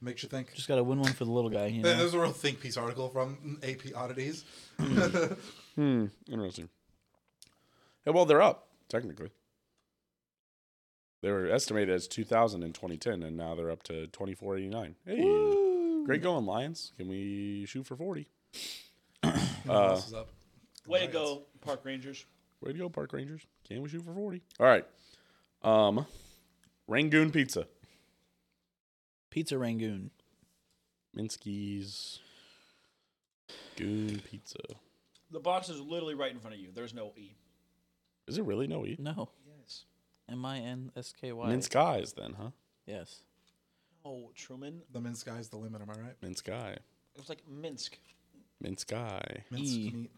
Speaker 3: Makes you think.
Speaker 4: just gotta win one for the little guy. You
Speaker 3: That
Speaker 4: know?
Speaker 3: was a real think piece article from AP Oddities.
Speaker 1: Interesting. Yeah, well, they're up, technically. They were estimated as 2,000 in 2010, and now they're up to 2,489. Hey, great going, Lions. Can we shoot for 40?
Speaker 3: You know what else is up?
Speaker 2: Way to
Speaker 3: Lions.
Speaker 2: go, Park Rangers.
Speaker 1: Way to go, Park Rangers. Can we shoot for 40? All right. Um, Rangoon Pizza.
Speaker 4: Pizza Rangoon.
Speaker 1: Minsky's Goon Pizza.
Speaker 2: The box is literally right in front of you. There's no E.
Speaker 1: Is it really no E?
Speaker 4: No.
Speaker 2: Yes.
Speaker 4: M I N S K Y.
Speaker 1: Minsk eyes, then, huh?
Speaker 4: Yes.
Speaker 2: Oh, Truman.
Speaker 3: The men's sky's the limit. Am I right?
Speaker 1: Minsk guy.
Speaker 2: It was like Minsk.
Speaker 1: Minsk guy.
Speaker 3: Men's
Speaker 4: E.
Speaker 3: meat.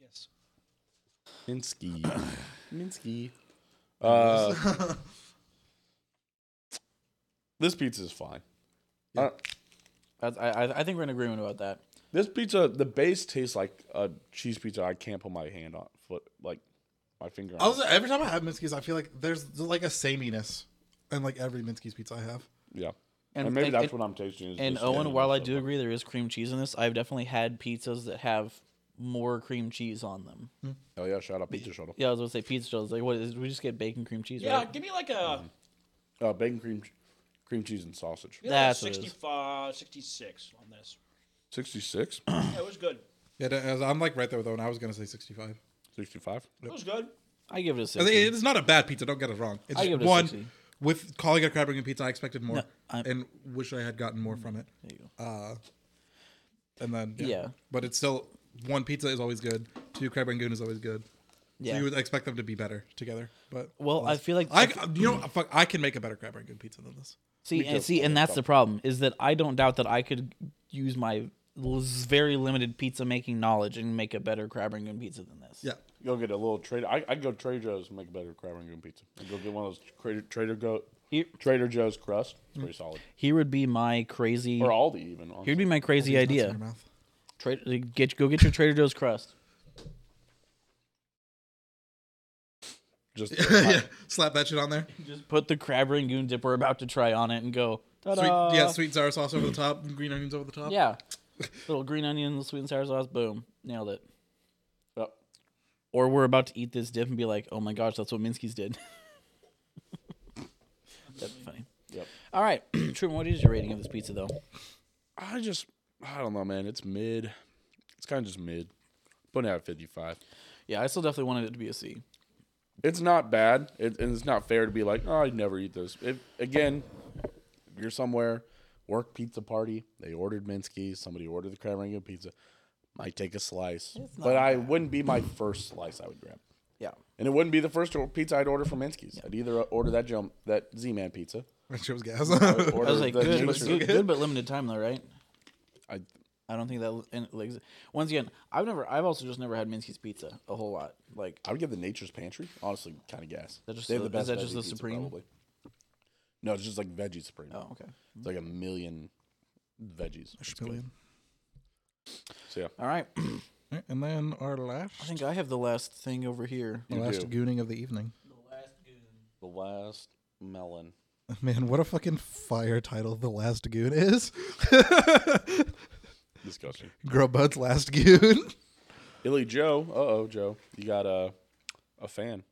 Speaker 2: Yes.
Speaker 1: Minsky. Minsky. Uh, this pizza is fine. I don't-
Speaker 4: That's, I, I I think we're in agreement about that.
Speaker 1: this pizza, the base tastes like a cheese pizza. I can't put my hand on foot, like my finger on.
Speaker 3: I
Speaker 1: it.
Speaker 3: was every time I have Minsky's, I feel like there's like a sameness in like every Minsky's pizza I have.
Speaker 1: yeah,
Speaker 4: And,
Speaker 1: and, maybe
Speaker 4: and-
Speaker 1: that's
Speaker 4: and-
Speaker 1: what I'm tasting. is
Speaker 4: And
Speaker 1: just
Speaker 4: Owen,
Speaker 1: sameness
Speaker 4: while I
Speaker 1: of
Speaker 4: do
Speaker 1: it.
Speaker 4: agree there is cream cheese in this, I've definitely had pizzas that have more cream cheese on them.
Speaker 1: Oh yeah, shout out pizza shuttle.
Speaker 4: Yeah, I was gonna say pizza shells. Like, what is? We just get bacon cream cheese,
Speaker 2: Yeah,
Speaker 4: right?
Speaker 2: give me like a,
Speaker 1: Uh, bacon cream, ch- cream cheese and sausage.
Speaker 2: give me like a
Speaker 4: That's what it is.
Speaker 2: 65, 66 on this.
Speaker 1: Sixty six.
Speaker 2: Yeah, it was good.
Speaker 3: Yeah, that- as- I'm like right there though, and I was gonna say 65.
Speaker 1: Sixty five.
Speaker 2: It was good.
Speaker 4: I give it a
Speaker 3: I
Speaker 4: six.
Speaker 3: think It's not a bad pizza. Don't get us wrong. It's
Speaker 4: I give
Speaker 3: just
Speaker 4: it a
Speaker 3: one
Speaker 4: 60.
Speaker 3: with calling it a crab ring and pizza. I expected more,
Speaker 4: No, I'm-
Speaker 3: and wish I had gotten more from it. Uh, and then yeah.
Speaker 4: Yeah.
Speaker 3: but it's still one pizza is always good. Two crab rangoon is always good.
Speaker 4: Yeah.
Speaker 3: So you would expect them to be better together, but
Speaker 4: Well, I feel like
Speaker 3: I you know fuck I can make a better crab rangoon pizza than this.
Speaker 4: see and see, and that's the problem is that I don't doubt that I could use my l- very limited pizza making knowledge and make a better crab rangoon pizza than this.
Speaker 3: Yeah,
Speaker 1: Go get a little Trader. I I go Trader Joe's and make a better crab rangoon pizza. i go get one of those Trader Trader Go
Speaker 4: Here-
Speaker 1: Trader Joe's crust. It's pretty solid.
Speaker 4: Here would be my crazy.
Speaker 1: Or Aldi even.
Speaker 4: Here'd
Speaker 1: honestly.
Speaker 4: be my crazy
Speaker 3: Nuts in your
Speaker 4: idea.
Speaker 3: mouth.
Speaker 4: Tra- get go get your Trader Joe's crust.
Speaker 1: Just
Speaker 3: yeah, slap that shit on there.
Speaker 4: Just put the crab rangoon dip we're about to try on it and go.
Speaker 3: Sweet,
Speaker 4: Ta-da.
Speaker 3: yeah, sweet sour sauce over the top, and green onions over the top.
Speaker 4: Yeah. Little green onion, sweet and sour sauce. Boom. Nailed it.
Speaker 1: uh,
Speaker 4: Or we're about to eat this dip and be like, oh my gosh, that's what Minsky's did. That'd be funny.
Speaker 1: Yep.
Speaker 4: All right. Truman, what is your rating of this pizza, though?
Speaker 1: I just I don't know, man. It's mid. It's kind of just mid. Putting it at fifty five.
Speaker 4: Yeah, I still definitely wanted it to be a C.
Speaker 1: It's not bad, it, and it's not fair to be like, oh, I'd never eat this. If again, you're somewhere, work pizza party. They ordered Minsky's. Somebody ordered the crab rangoon pizza. Might take a slice,
Speaker 4: not
Speaker 1: but I wouldn't be my first slice. I would grab.
Speaker 4: Yeah.
Speaker 1: And it wouldn't be the first or- pizza I'd order from Minsky's. I'd either order that jump that Z Man pizza.
Speaker 3: That shit was gas.
Speaker 1: Order
Speaker 4: I was like,
Speaker 1: the
Speaker 4: good, but,
Speaker 1: nature-
Speaker 4: good, good, but limited time, though, right?
Speaker 1: I,
Speaker 4: I don't think that. And like, once again, I've never. I've also just never had Minsky's pizza a whole lot. Like,
Speaker 1: I would give the Nature's Pantry honestly kind of gas.
Speaker 4: that just
Speaker 1: they have
Speaker 4: the-
Speaker 1: the
Speaker 4: is
Speaker 1: best.
Speaker 4: that
Speaker 1: veggie
Speaker 4: just the
Speaker 1: pizza,
Speaker 4: Supreme?
Speaker 1: Probably. No, it's just like veggie supreme.
Speaker 4: oh, okay.
Speaker 1: It's like a million veggies. It's good.
Speaker 3: Million.
Speaker 1: So yeah,
Speaker 4: All right.
Speaker 3: Alright, And then our last,
Speaker 4: I think I have the last thing over here.
Speaker 3: the
Speaker 1: You
Speaker 3: last
Speaker 1: do.
Speaker 3: gooning of the evening.
Speaker 1: the last melon.
Speaker 3: Man, what a fucking fire title the last goon is.
Speaker 1: Disgusting.
Speaker 3: Grubhub's last goon.
Speaker 1: Illy Joe. Uh oh, Joe. You got a a fan.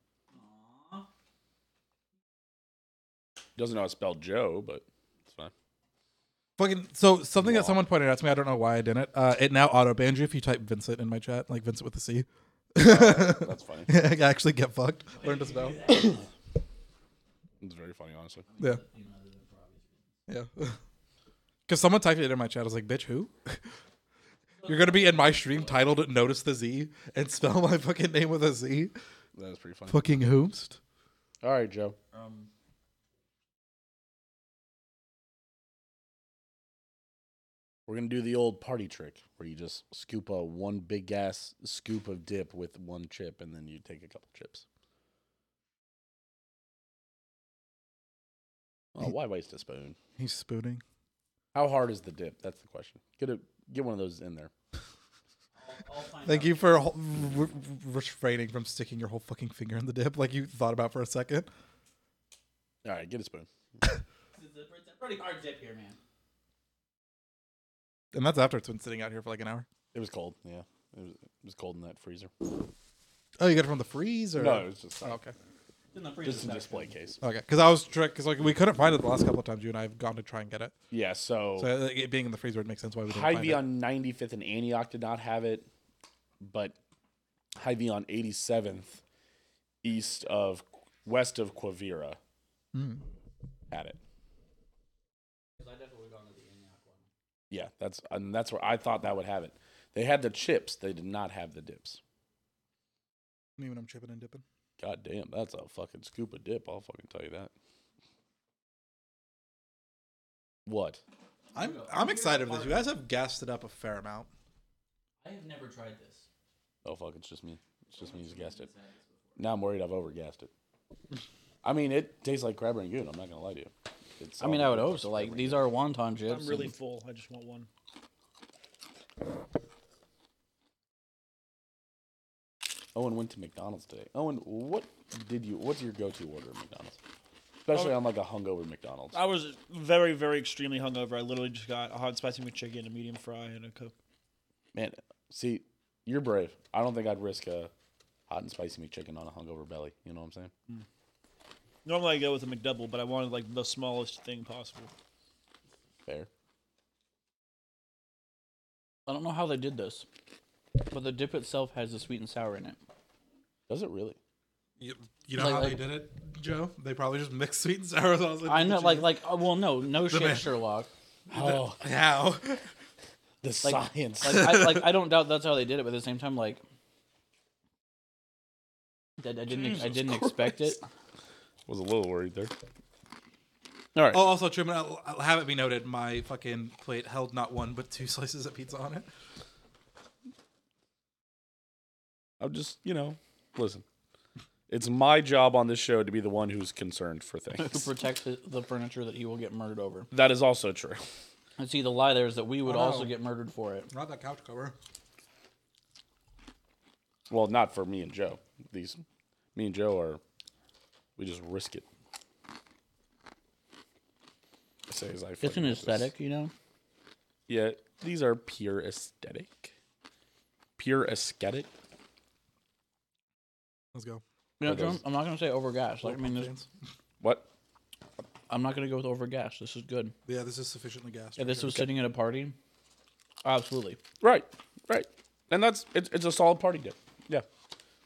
Speaker 1: Doesn't know how to spell Joe, but it's fine.
Speaker 3: Fucking so something
Speaker 1: Wow.
Speaker 3: that someone pointed out to me. I don't know why I didn't. Uh, it now auto bans you if you type Vincent in my chat, like Vincent with a C.
Speaker 1: That's funny.
Speaker 3: I actually get fucked. Learn to spell.
Speaker 1: It's very funny, honestly.
Speaker 3: Yeah. Yeah. Because someone typed it in my chat. I was like, bitch, who? You're going to be in my stream titled Notice the Z and spell my fucking name with a Z?
Speaker 1: That is pretty funny.
Speaker 3: Fucking hoomst.
Speaker 1: All right, Joe.
Speaker 2: Um,
Speaker 1: We're gonna do the old party trick where you just scoop a one big ass scoop of dip with one chip, and then you take a couple chips. Oh, why waste a spoon?
Speaker 3: He's spooning.
Speaker 1: How hard is the dip? That's the question. Get a get one of those in there.
Speaker 3: Thank you for hol- re- re- restraining from sticking your whole fucking finger in the dip like you thought about for a second.
Speaker 1: All right, get a spoon.
Speaker 4: It's a pretty hard dip here, man.
Speaker 3: And that's after it's been sitting out here for like an hour.
Speaker 1: It was cold. Yeah, it was, it was cold in that freezer.
Speaker 3: Oh, you got it from the freezer?
Speaker 1: No, it was just
Speaker 3: Oh, okay.
Speaker 1: just a display case.
Speaker 3: Okay. Because I was tricked. Because like we couldn't find it the last couple of times you and I have gone to try and get it.
Speaker 1: Yeah, so,
Speaker 3: So uh, it being in the freezer would make sense why we didn't find
Speaker 1: Hy-Vee
Speaker 3: it.
Speaker 1: on 95th and Antioch did not have it, but Hy-Vee on 87th, east of west of Quivira, had it. Yeah, that's and that's where I thought that would have it. They had the chips. They did not have the dips.
Speaker 3: Me when I'm chipping and dipping.
Speaker 1: God damn, that's a fucking scoop of dip. I'll fucking tell you that. What?
Speaker 3: I'm I'm excited for this. You guys have gassed it up a fair amount.
Speaker 4: I have never tried this.
Speaker 1: Oh fuck! It's just me. It's just me who's gassed it. Now I'm worried I've overgassed it. I mean, it tastes like crab rangoon. I'm not gonna lie to you. It's
Speaker 4: I mean, I would hope
Speaker 1: also
Speaker 4: so. Like these are wonton chips.
Speaker 2: I'm really
Speaker 4: and-
Speaker 2: full. I just want one.
Speaker 1: Owen went to McDonald's today. Owen, what did you? What's your go-to order at McDonald's? Especially on like a hungover McDonald's.
Speaker 2: I was very, very extremely hungover. I literally just got a hot and spicy McChicken, a medium fry, and a coke.
Speaker 1: Man, see, you're brave. I don't think I'd risk a hot and spicy McChicken on a hungover belly. You know what I'm saying?
Speaker 2: Normally I go with a McDouble, but I wanted like the smallest thing possible.
Speaker 1: Fair.
Speaker 4: I don't know how they did this, but the dip itself has the sweet and sour in it.
Speaker 1: Does it really?
Speaker 3: You, you know
Speaker 4: Like-
Speaker 3: how
Speaker 4: like-
Speaker 3: they did it, Joe? They probably just mixed sweet and sour sauce.
Speaker 4: I know, like, like, uh, well, no, no shit,
Speaker 3: man-
Speaker 4: Sherlock.
Speaker 1: Oh,
Speaker 3: how?
Speaker 1: the
Speaker 4: Like-
Speaker 1: science.
Speaker 4: Like, I, like, I don't doubt that's how they did it, but at the same time, like, that I didn't, I didn't expect it.
Speaker 1: was a little worried there. All right.
Speaker 3: Oh, also, Truman, I'll, I'll have it be noted my fucking plate held not one but two slices of pizza on it.
Speaker 1: I'm just, you know, listen. It's my job on this show to be the one who's concerned for
Speaker 4: Who
Speaker 1: things.
Speaker 4: protects the- the furniture that he will get murdered over?
Speaker 1: that is also true.
Speaker 4: And see, the lie there is that we would
Speaker 3: Oh, no.
Speaker 4: also get murdered for it.
Speaker 3: Not that couch cover.
Speaker 1: Well, not for me and Joe. These, me and Joe are, we just risk it. I say as I
Speaker 4: It's
Speaker 1: fucking
Speaker 4: an
Speaker 1: do this.
Speaker 4: aesthetic, you know.
Speaker 1: Yeah, these are pure aesthetic. Pure aesthetic.
Speaker 3: Let's go.
Speaker 4: You know,
Speaker 1: It is.
Speaker 4: Joe, I'm not gonna say overgas. Like, I mean, this,
Speaker 3: Chance.
Speaker 1: What?
Speaker 4: I'm not gonna go with overgas. This is good.
Speaker 3: Yeah, this is sufficiently gassed.
Speaker 4: If this was sitting at a party, absolutely.
Speaker 1: Right, right. And that's it's, it's a solid party dip. Yeah.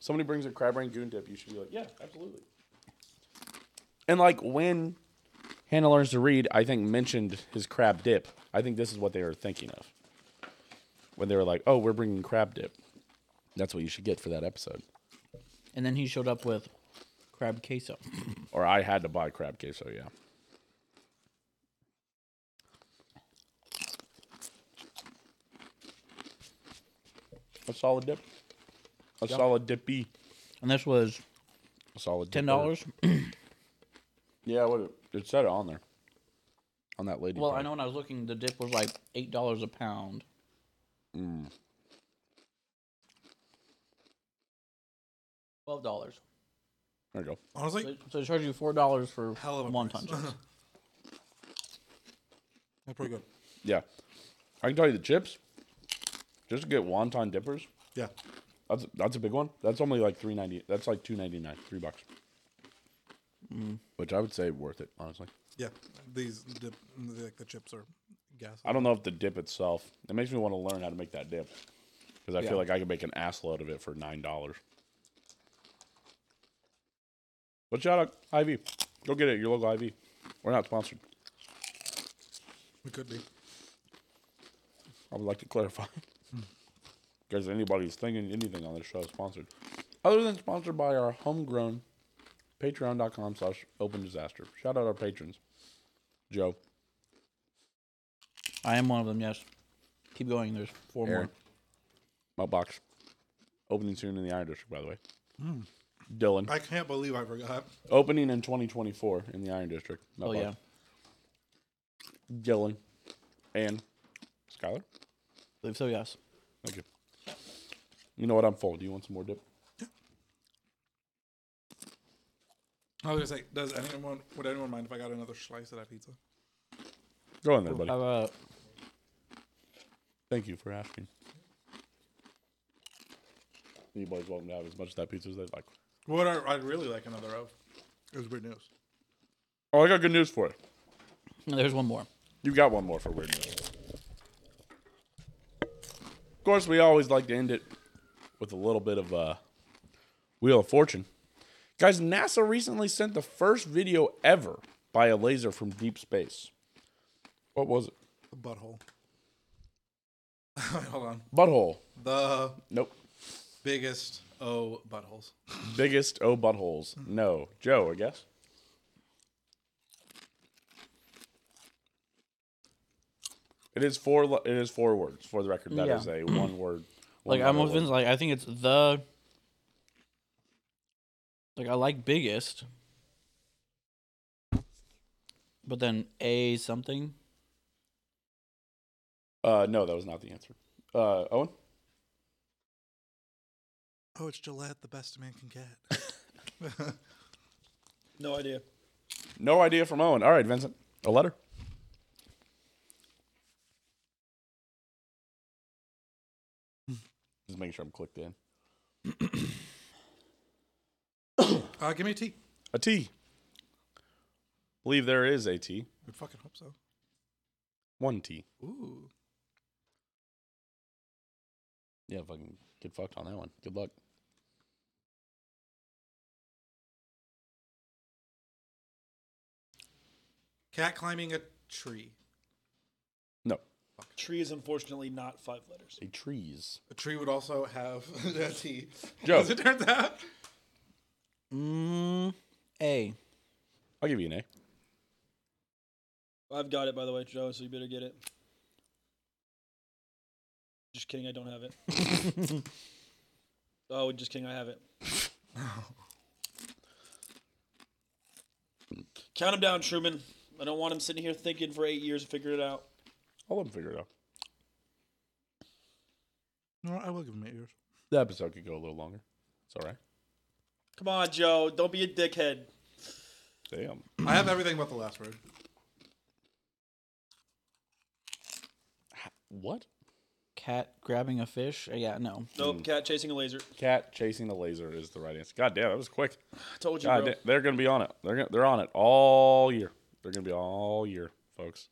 Speaker 1: Somebody brings a crab rangoon dip, you should be like, yeah, absolutely. And like when Hannah learns to read, I think mentioned his crab dip. I think this is what they were thinking of when they were like, "Oh, we're bringing crab dip." That's what you should get for that episode.
Speaker 4: And then he showed up with crab queso.
Speaker 1: Or I had to buy crab queso. Yeah. A solid dip. A solid dippy.
Speaker 4: And this was
Speaker 1: A solid
Speaker 4: ten
Speaker 1: dipper.
Speaker 4: dollars.
Speaker 1: Yeah, what it, it said it on there. On that lady.
Speaker 4: Well, I
Speaker 1: part.
Speaker 4: know when I was looking, the dip was like eight dollars a pound.
Speaker 1: Mm.
Speaker 4: Twelve dollars.
Speaker 1: There you go.
Speaker 3: Honestly,
Speaker 4: So so they charge you four dollars for
Speaker 3: hell of a
Speaker 4: one
Speaker 3: price.
Speaker 4: ton chips.
Speaker 3: That's pretty good.
Speaker 1: Yeah. I can tell you the chips. Just to get wonton dippers.
Speaker 3: Yeah.
Speaker 1: That's that's a big one. That's only like three ninety. That's like two ninety nine, three bucks.
Speaker 4: Mm.
Speaker 1: Which I would say worth it, honestly.
Speaker 3: Yeah. These, the, the, the chips are gas.
Speaker 1: I don't know if the dip itself. It makes me want to learn how to make that dip because I
Speaker 4: Yeah.
Speaker 1: feel like I could make an ass load of it for nine dollars. But shout out IV. Go get it. at Your local IV. We're not sponsored.
Speaker 3: We could be.
Speaker 1: I would like to clarify. Because anybody's thinking anything on this show is sponsored. Other than sponsored by our homegrown patreon.com slash open disaster. Shout out our patrons. Joe,
Speaker 4: I am one of them. Yes. Keep going. There's four
Speaker 1: Aaron,
Speaker 4: more.
Speaker 1: Mutbox. Opening soon in the Iron District, by the way. Dylan.
Speaker 3: I can't believe I forgot.
Speaker 1: Opening in 2024 in the Iron District.
Speaker 4: Oh
Speaker 1: Mutbox.
Speaker 4: yeah.
Speaker 1: Dylan. And Skylar.
Speaker 4: believe so. Yes.
Speaker 1: Thank you. You know what? I'm full. Do you want some more dip?
Speaker 3: I was gonna say, does anyone would anyone mind if I got another slice of that pizza?
Speaker 1: Go in there, buddy.
Speaker 4: Have a
Speaker 1: Thank you for asking. Anybody's welcome to have as much of that pizza as they'd like.
Speaker 3: What I, I'd really like another of is weird news.
Speaker 1: Oh, I got good news for you.
Speaker 4: there's one more.
Speaker 1: You got one more for weird news. Of course, we always like to end it with a little bit of uh, Wheel of Fortune. Guys, NASA recently sent the first video ever by a laser from deep space. What was it?
Speaker 3: The butthole. Hold on.
Speaker 1: Butthole.
Speaker 3: The
Speaker 1: Nope.
Speaker 3: biggest O buttholes.
Speaker 1: Biggest O buttholes. No. Joe, I guess. It is four. lo- It is four words for the record. That
Speaker 4: Yeah.
Speaker 1: is a one word.
Speaker 4: Like
Speaker 1: one
Speaker 4: I'm
Speaker 1: letter
Speaker 4: within
Speaker 1: word.
Speaker 4: like I think it's the like I like biggest. But then A something.
Speaker 1: Uh, no, that was not the answer. Uh, Owen.
Speaker 3: Oh, it's Gillette, the best a man can get.
Speaker 2: No idea.
Speaker 1: No idea from Owen. All right, Vincent. A letter. Just making sure I'm clicked in.
Speaker 3: uh, give me a T.
Speaker 1: A T. Believe there is a T.
Speaker 3: I fucking hope so.
Speaker 1: One T.
Speaker 3: Ooh.
Speaker 1: Yeah, fucking get fucked on that one. Good luck.
Speaker 3: Cat climbing a tree.
Speaker 2: Tree is unfortunately not five letters.
Speaker 1: Say trees.
Speaker 3: A tree would also have a T.
Speaker 1: Joe.
Speaker 3: As it turns out.
Speaker 4: Mm, A.
Speaker 1: I'll give you an A.
Speaker 2: I've got it by the way, Joe. So you better get it. Just kidding. I don't have it. Oh, just kidding. I have it. Count him down, Truman. I don't want him sitting here thinking for eight years and figuring it out.
Speaker 1: I'll let him figure it out.
Speaker 3: No, I will give him eight years.
Speaker 1: The episode could go a little longer. It's all right.
Speaker 2: Come on, Joe. Don't be a dickhead.
Speaker 1: Damn.
Speaker 3: I have everything but the last word.
Speaker 1: What?
Speaker 4: Cat grabbing a fish. Uh, yeah, no.
Speaker 2: Nope. Cat chasing a laser.
Speaker 1: Cat chasing the laser is the right answer. God damn, that was quick.
Speaker 2: I told you,
Speaker 1: God
Speaker 2: bro.
Speaker 1: damn, they're gonna be on it. They're gonna, they're on it all year. They're gonna be all year, folks.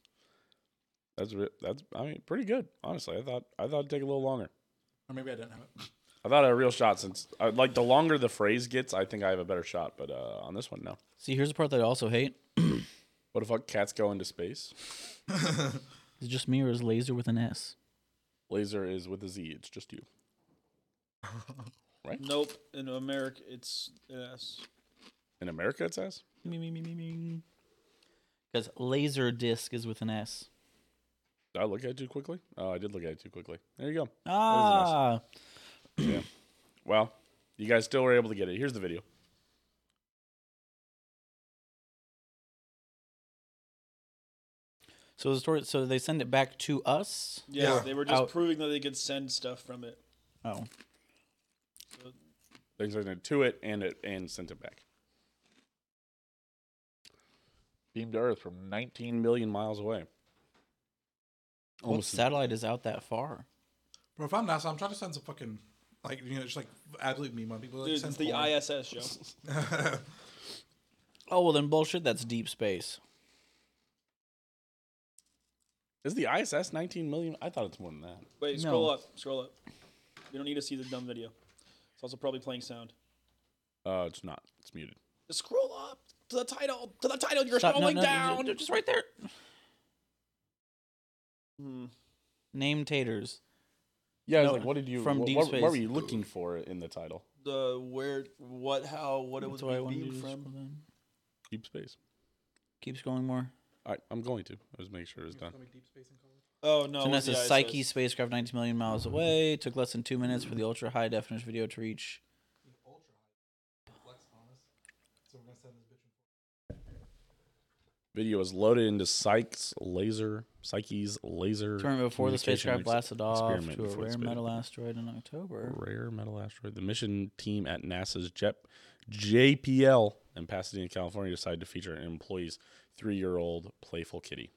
Speaker 1: That's re- that's I mean pretty good. Honestly, I thought I thought it'd take a little longer.
Speaker 3: Or maybe I didn't have it.
Speaker 1: I thought I had a real shot since I, like the longer the phrase gets, I think I have a better shot. But uh, on this one, no.
Speaker 4: See, here's the part that I also hate.
Speaker 1: What the fuck? Cats go into space.
Speaker 4: Is it just me or is laser with an S?
Speaker 1: Laser is with a Z. It's just you.
Speaker 2: Nope. In America, it's an S.
Speaker 1: In America, it says.
Speaker 4: Me me me me me. Because laser disc is with an S.
Speaker 1: Did I look at it too quickly? Oh, I did look at it too quickly. There you go.
Speaker 4: Ah,
Speaker 1: Well, you guys still were able to get it. Here's the video.
Speaker 4: so the story. So they send it back to us.
Speaker 2: Yeah,
Speaker 3: Yeah.
Speaker 2: they were just
Speaker 4: Out.
Speaker 2: proving that they could send stuff from it.
Speaker 4: Oh,
Speaker 1: They sent it to it and it and sent it back. Beamed to Earth from 19 million miles away.
Speaker 4: what
Speaker 1: Almost
Speaker 4: satellite is out that far?
Speaker 3: Bro, if I'm NASA, I'm trying to send some fucking, like, you know, just like absolute meme on people. Like,
Speaker 2: Dude,
Speaker 3: send
Speaker 2: it's the
Speaker 3: porn.
Speaker 2: ISS, Joe.
Speaker 4: Oh well, then bullshit. That's deep space.
Speaker 1: is the ISS 19 million? I thought it's more than that.
Speaker 2: Wait,
Speaker 4: No.
Speaker 2: scroll up. Scroll up. We don't need to see the dumb video. It's also probably playing sound.
Speaker 1: Uh, it's not. It's muted.
Speaker 2: Just scroll up to the title. To the title. You're
Speaker 4: Stop- no,
Speaker 2: scrolling
Speaker 4: no, no,
Speaker 2: down.
Speaker 4: no, just right there.
Speaker 2: Hmm.
Speaker 4: Name taters.
Speaker 1: Yeah, I was
Speaker 4: No,
Speaker 1: like, what did you
Speaker 4: from
Speaker 1: what,
Speaker 4: deep
Speaker 1: what, what were
Speaker 4: space.
Speaker 1: you looking for in the title?
Speaker 2: The where, what, how, what it was
Speaker 4: That's why I wanted to
Speaker 2: beamed
Speaker 4: just
Speaker 2: from.
Speaker 4: scroll down.
Speaker 1: Deep space.
Speaker 4: Keep scrolling more.
Speaker 1: All right, I'm going to. Let's make sure it's done.
Speaker 2: Oh no, it
Speaker 4: So
Speaker 2: Mm-hmm. was
Speaker 4: NASA's
Speaker 2: the
Speaker 4: Psyche
Speaker 2: ISS.
Speaker 4: spacecraft 19 million miles away. Took less than two minutes for the ultra high definition video to reach.
Speaker 1: Video is loaded into Sykes laser, Psyche's laser.
Speaker 4: Tournament before the
Speaker 1: communication
Speaker 4: spacecraft
Speaker 1: ex-
Speaker 4: blasted off
Speaker 1: experiment
Speaker 4: to a
Speaker 1: before the
Speaker 4: rare
Speaker 1: space-
Speaker 4: metal asteroid in October.
Speaker 1: Rare metal asteroid. The mission team at NASA's JEP, JPL in Pasadena, California, decided to feature an employee's three-year-old playful kitty.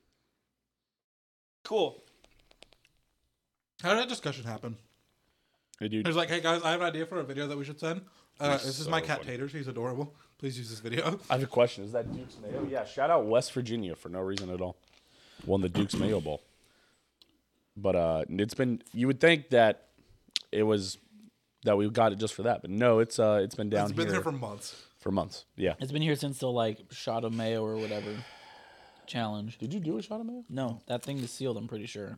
Speaker 2: Cool.
Speaker 3: How did that discussion happen?
Speaker 1: Hey, dude,
Speaker 3: There's like, hey guys, I have an idea for a video that we should send. Uh,
Speaker 1: That's
Speaker 3: this is
Speaker 1: so
Speaker 3: my cat
Speaker 1: funny.
Speaker 3: Taters. He's adorable. Please use this video.
Speaker 1: I have a question. Is that Duke's Mayo? Yeah, shout out West Virginia for no reason at all. Won the Duke's Mayo Bowl. But uh, it's been. You would think that it was that we got it just for that, but no, it's uh, it's been down
Speaker 3: it's been
Speaker 1: here
Speaker 3: there for months.
Speaker 1: for months. Yeah.
Speaker 4: It's been here since the like shot of mayo or whatever challenge.
Speaker 1: Did you do a shot of mayo?
Speaker 4: No, that thing is sealed. I'm pretty sure.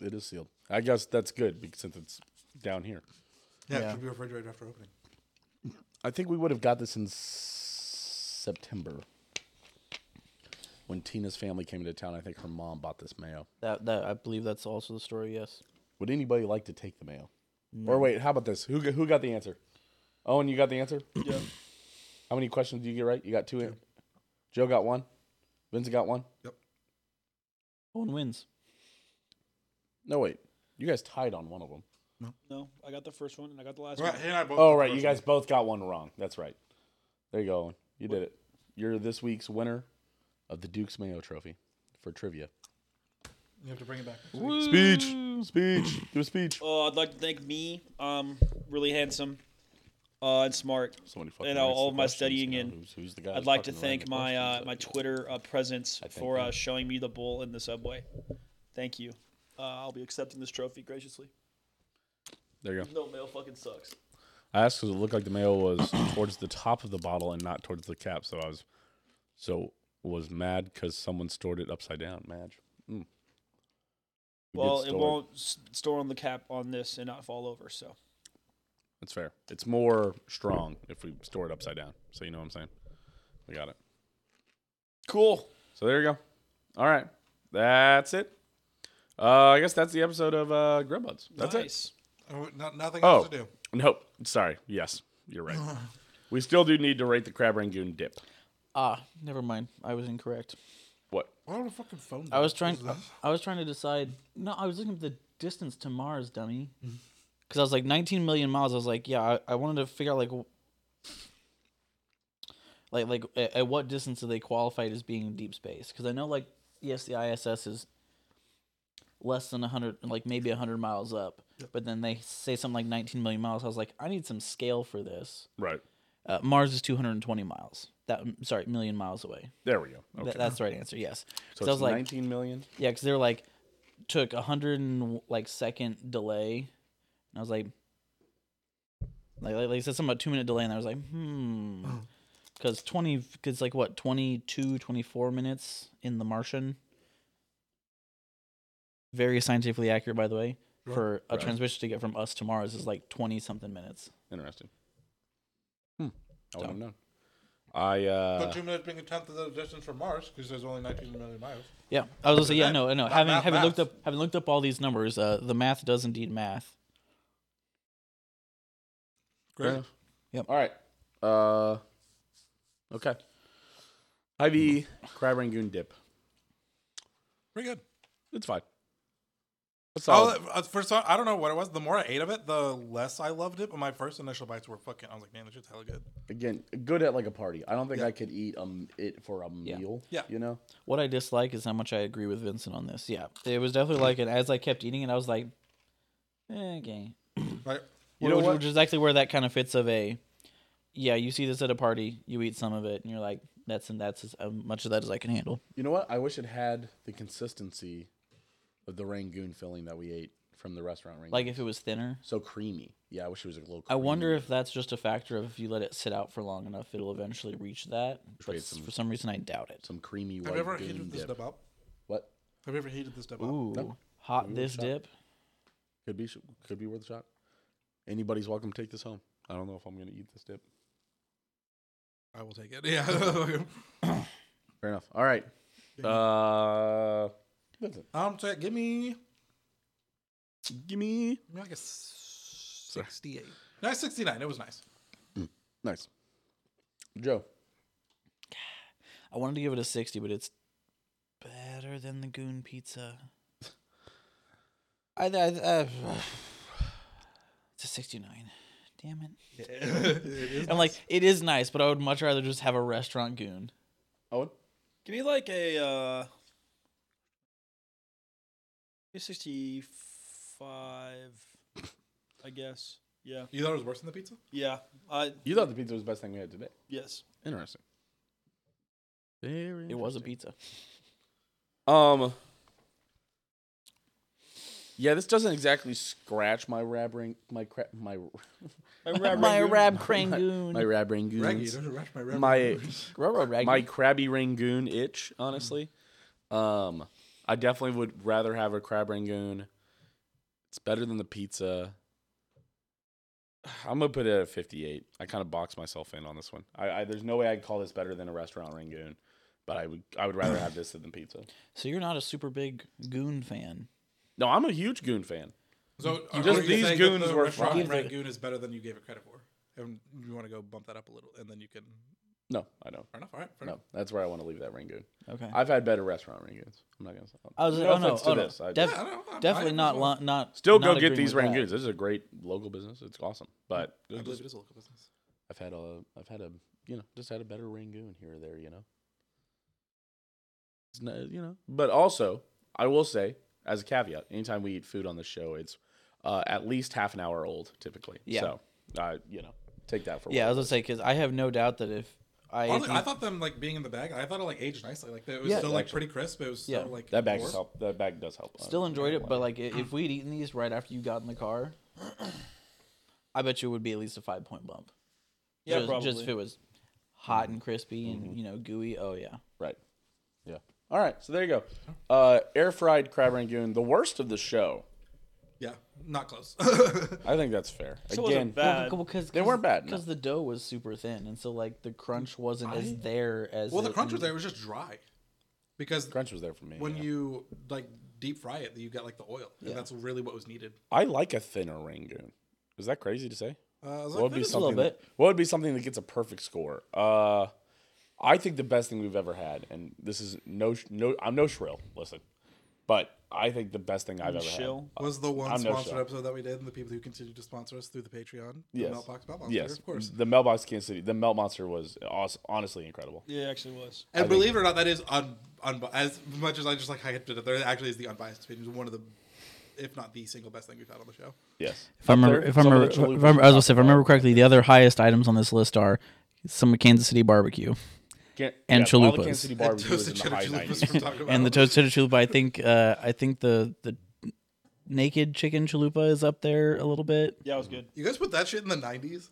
Speaker 1: It is sealed. I guess that's good because since it's down here.
Speaker 3: Yeah,
Speaker 4: Yeah.
Speaker 3: it should be refrigerated after opening.
Speaker 1: I think we would have got this in s- September. when Tina's family came into town, I think her mom bought this mayo.
Speaker 4: That that I believe that's also the story. Yes.
Speaker 1: Would anybody like to take the mayo? Or wait, how about this? Who g- who got the answer? Owen, you got the answer.
Speaker 2: Yeah.
Speaker 1: How many questions do you get right? You got two. in Joe got one. Vincent got one.
Speaker 4: Owen wins.
Speaker 1: No wait, you guys tied on one of them.
Speaker 2: No, I got the first one and I got the last
Speaker 3: Right,
Speaker 2: one.
Speaker 3: he and I both
Speaker 1: Oh
Speaker 3: got the
Speaker 1: right, you
Speaker 3: first
Speaker 1: guys both got one wrong. That's right. There you go. Owen. You did it. You're this week's winner of the Duke's Mayo Trophy for trivia.
Speaker 3: one. You have to bring it back.
Speaker 1: Speech,
Speaker 2: Mm.
Speaker 1: speech, do a speech.
Speaker 2: Oh, I'd like to thank me, um, really handsome, uh, and smart.
Speaker 1: Somebody fucking
Speaker 2: And all,
Speaker 1: writes the
Speaker 2: all of my
Speaker 1: questions,
Speaker 2: studying
Speaker 1: you know,
Speaker 2: and
Speaker 1: who's, who's the guy
Speaker 2: I'd
Speaker 1: that's
Speaker 2: like to
Speaker 1: fucking writing
Speaker 2: thank
Speaker 1: the
Speaker 2: my uh,
Speaker 1: questions.
Speaker 2: my Twitter uh, presence
Speaker 1: thank
Speaker 2: for uh,
Speaker 1: you.
Speaker 2: showing me the bull in the subway. Thank you. Uh, I'll be accepting this trophy graciously.
Speaker 1: There you go.
Speaker 2: No mail fucking sucks.
Speaker 1: I asked because it looked like the mayo was towards the top of the bottle and not towards the cap. So I was so was mad because someone stored it upside down. Madge. Mm. We did
Speaker 2: Well,
Speaker 1: store
Speaker 2: it won't s- store on the cap on this and not fall over. So
Speaker 1: That's fair. It's more strong if we store it upside down. So you know what I'm saying. We got it.
Speaker 2: cool.
Speaker 1: So there you go. All right, that's it. Uh, I guess that's the episode of uh, Grub Buds. That's it.
Speaker 2: nice.
Speaker 3: Oh, no- nothing
Speaker 1: Oh,
Speaker 3: else to do.
Speaker 1: nope. Sorry. Yes, you're right. we still do need to rate the crab rangoon dip.
Speaker 4: Ah, never mind. I was incorrect.
Speaker 1: What?
Speaker 3: Why don't fucking phone?
Speaker 4: I was trying.
Speaker 3: What is this?
Speaker 4: I was trying to decide. No, I was looking at the distance to Mars, dummy. Because I was like 19 million miles. I was like, yeah, I, I wanted to figure out like, w- like, like at, at what distance do they qualify as being in deep space? Because I know like E yes, the ISS is less than 100, like maybe 100 miles up. But then they say something like 19 million miles. I was like, I need some scale for this.
Speaker 1: Right.
Speaker 4: Uh, Mars is 220 miles. That sorry, million miles away.
Speaker 1: There we go.
Speaker 4: Th-
Speaker 1: Okay.
Speaker 4: that's the right answer. Yes.
Speaker 1: so
Speaker 4: So
Speaker 1: it's
Speaker 4: I was like,
Speaker 1: 19 million.
Speaker 4: yeah, because they were like took a hundred and like second delay, and I was like, like like, like it said something about two minute delay, and I was like, hmm, because twenty, because like what 22, 24 minutes in The Martian. Very scientifically accurate, by the way. For a
Speaker 1: Right.
Speaker 4: transmission to get from us to Mars is like twenty something minutes.
Speaker 1: Interesting. Hmm. I wouldn't have known. I uh,
Speaker 3: But two minutes being a tenth of the distance from Mars, because there's only 19 million miles.
Speaker 4: Yeah, I was gonna say yeah,
Speaker 3: that-
Speaker 4: no, no.
Speaker 3: that
Speaker 4: Having
Speaker 3: math-
Speaker 4: having looked
Speaker 3: math.
Speaker 4: up having looked up all these numbers, uh, the math does indeed math.
Speaker 1: fair
Speaker 3: Great.
Speaker 1: enough.
Speaker 4: Yep.
Speaker 1: All right. Uh, okay. Ivy crab rangoon dip.
Speaker 3: Pretty good.
Speaker 1: It's fine. That's
Speaker 3: Oh,
Speaker 1: solid.
Speaker 3: uh, first time, I don't know what it was. The more I ate of it, the less I loved it. But my first initial bites were fucking. I was like, man, this shit's hella good.
Speaker 1: Again, good at like a party. I don't think
Speaker 3: Yeah.
Speaker 1: I could eat um it for a meal.
Speaker 3: Yeah.
Speaker 1: You know.
Speaker 4: What I dislike is how much I agree with Vincent on this. Yeah, it was definitely like, and as I kept eating it, I was like, eh, okay.
Speaker 3: Right?
Speaker 1: You know
Speaker 4: which,
Speaker 1: what?
Speaker 4: which is actually where that kind of fits of a, yeah, you see this at a party, you eat some of it, and you're like, that's and that's as uh, much of that as I can handle.
Speaker 1: You know what? I wish it had the consistency of the rangoon filling that we ate from the restaurant rangoon.
Speaker 4: Like if it was thinner,
Speaker 1: so creamy. Yeah, I wish it was a little. Creamy.
Speaker 4: I wonder if that's just a factor of if you let it sit out for long enough, it'll eventually reach that. But
Speaker 1: we had
Speaker 4: s-
Speaker 1: some-
Speaker 4: for some reason, I doubt it.
Speaker 1: some creamy
Speaker 3: Have
Speaker 1: white
Speaker 3: you ever
Speaker 1: goon
Speaker 3: heated this
Speaker 1: dip.
Speaker 3: dip up?
Speaker 1: What
Speaker 3: Have you ever heated this dip up?
Speaker 4: Ooh,
Speaker 1: No.
Speaker 4: hot
Speaker 1: Ooh,
Speaker 4: this
Speaker 1: shot.
Speaker 4: dip.
Speaker 1: could be sh- could be worth a shot. Anybody's welcome to take this home. I don't know if I'm gonna eat this dip.
Speaker 3: I will take it. Yeah.
Speaker 1: Fair enough. All right. Uh, Vincent,
Speaker 3: um, so give me,
Speaker 1: give me
Speaker 3: give me like a s- 68. No, 69. It was nice.
Speaker 1: nice. Joe,
Speaker 4: I wanted to give it a sixty, but it's better than the Goon Pizza. I, I, I it's a sixty-nine. Damn it! I'm like, it is nice, but I would much rather just have a restaurant Goon.
Speaker 1: Owen,
Speaker 2: Give me like a uh, give me 65, I guess. Yeah,
Speaker 3: You thought it was worse than the pizza?
Speaker 2: yeah. I
Speaker 1: you thought the pizza was the best thing we had today.
Speaker 2: yes.
Speaker 1: Interesting.
Speaker 4: It was a pizza.
Speaker 1: Um. Yeah, this doesn't exactly scratch my rab ring, my crap, my
Speaker 2: My
Speaker 4: My rab
Speaker 1: my
Speaker 4: crangoon.
Speaker 1: rab
Speaker 3: Reggie,
Speaker 1: rangoons,
Speaker 3: don't rush my
Speaker 1: my
Speaker 4: Railroad rag.
Speaker 1: my crabby rangoon itch. Honestly, um, I definitely would rather have a crab rangoon. It's better than the pizza. I'm gonna put it at 58. I kind of boxed myself in on this one. I, I there's no way I'd call this better than a restaurant rangoon, But I would I would rather have this than pizza.
Speaker 4: So you're not a super big Goon fan.
Speaker 1: No, I'm a huge Goon fan.
Speaker 3: So are-
Speaker 1: just-
Speaker 3: are you
Speaker 1: these
Speaker 3: saying
Speaker 1: goons
Speaker 3: that the
Speaker 1: were
Speaker 3: restaurant
Speaker 1: fine.
Speaker 3: Rangoon is better than you gave it credit for. And you want to go bump that up a little, and then you can.
Speaker 1: No, I don't.
Speaker 3: Fair enough. All right. Fair
Speaker 1: No, that's where I want to leave that Rangoon.
Speaker 4: Okay.
Speaker 1: I've had better restaurant Rangoons. I'm not gonna.
Speaker 4: I was like,
Speaker 1: No
Speaker 4: oh no,
Speaker 1: offense to
Speaker 4: oh, no.
Speaker 1: this, I
Speaker 4: Def-
Speaker 1: just-
Speaker 3: enough. I- I-
Speaker 4: definitely
Speaker 3: I-
Speaker 4: not, lo- not.
Speaker 1: Still,
Speaker 4: not
Speaker 1: go get
Speaker 4: agreeing
Speaker 1: these
Speaker 4: with that.
Speaker 1: Rangoons. This is a great local business. It's awesome. But
Speaker 3: I
Speaker 1: just-
Speaker 3: believe it is a local business.
Speaker 1: I've had a, I've had a, you know, just had a better Rangoon here or there, you know. It's not, you know, but also I will say as a caveat, anytime we eat food on the show, it's uh, at least half an hour old typically.
Speaker 4: Yeah.
Speaker 1: So, uh, you know, take that for
Speaker 4: Yeah, I
Speaker 1: what it
Speaker 4: was gonna
Speaker 1: is.
Speaker 4: say because I have no doubt that if I, ate
Speaker 3: Oddly, I
Speaker 4: these-
Speaker 3: thought them like being in the bag. I thought it like aged nicely. Like it was
Speaker 4: Yeah,
Speaker 3: still like
Speaker 1: actually.
Speaker 3: pretty crisp. It was still
Speaker 4: Yeah.
Speaker 3: like
Speaker 1: that bag
Speaker 3: warm.
Speaker 1: does help. That bag does help.
Speaker 4: still enjoyed it, but like i- if we'd eaten these right after you got in the car, I bet you it would be at least a five point bump.
Speaker 2: Yeah,
Speaker 4: just,
Speaker 2: probably.
Speaker 4: Just if it was hot and crispy and you know gooey. Oh yeah.
Speaker 1: Right. Yeah. All right. So there you go. Uh, air fried crab rangoon, the worst of the show.
Speaker 3: Yeah, not close.
Speaker 1: I think that's fair.
Speaker 2: So it
Speaker 1: Again,
Speaker 2: wasn't bad.
Speaker 4: because
Speaker 1: They weren't bad, no.
Speaker 4: because the dough was super thin, and so like the crunch wasn't as there as
Speaker 3: well, the
Speaker 4: it-
Speaker 3: crunch was there. It was just dry, because
Speaker 1: Mm-hmm. crunch was there for me.
Speaker 3: when
Speaker 1: yeah.
Speaker 3: you like deep fry it, you got like the oil, and that's really what was needed.
Speaker 1: I like a thinner rangoon. Is that crazy to say?
Speaker 3: Uh, I
Speaker 1: What
Speaker 3: was like,
Speaker 1: would
Speaker 3: that
Speaker 1: be
Speaker 3: is-
Speaker 4: a little
Speaker 1: something? That, what would be something that gets a perfect score? Uh, I think the best thing we've ever had, and this is no, sh- no, I'm no shrill. Listen, but I think the best thing I've ever
Speaker 2: Shill.
Speaker 3: was the one
Speaker 1: I'm no
Speaker 3: sponsored
Speaker 1: chef.
Speaker 3: episode that we did, and the people who continue to sponsor us through the Patreon,
Speaker 1: Yes.
Speaker 3: the Meltbox Melt
Speaker 1: had.
Speaker 3: Monster,
Speaker 1: Yes, Mm-hmm.
Speaker 3: of course.
Speaker 1: The mailbox Kansas City. The melt monster was awes- honestly incredible.
Speaker 2: Yeah, it actually was.
Speaker 3: And believe it or not, that is un, unbi- as much as I just like hyped it up. There it actually is the unbiased opinion, one of the, if not the single best thing we've had on the show.
Speaker 1: Yes.
Speaker 4: If I
Speaker 1: Up
Speaker 4: remember,
Speaker 1: there,
Speaker 4: if I
Speaker 1: some of
Speaker 4: remember,
Speaker 1: the
Speaker 4: if I
Speaker 1: chalupas
Speaker 4: remember, I was
Speaker 1: on
Speaker 4: gonna
Speaker 1: top
Speaker 4: say, if I
Speaker 1: of
Speaker 4: remember correctly, the other highest items on this list are some Kansas City barbecue
Speaker 1: Can-
Speaker 4: and
Speaker 1: yeah, all the
Speaker 4: chalupas.
Speaker 1: Kansas City barbecue was
Speaker 3: Toasted
Speaker 1: in the
Speaker 3: cheddar
Speaker 1: high
Speaker 3: chalupas
Speaker 1: 90s.
Speaker 3: from Taco Bell.
Speaker 4: and the toasted chalupa. I think uh, I think the the naked chicken chalupa is up there a little bit.
Speaker 2: Yeah, it was good.
Speaker 3: You guys put that shit in the nineties?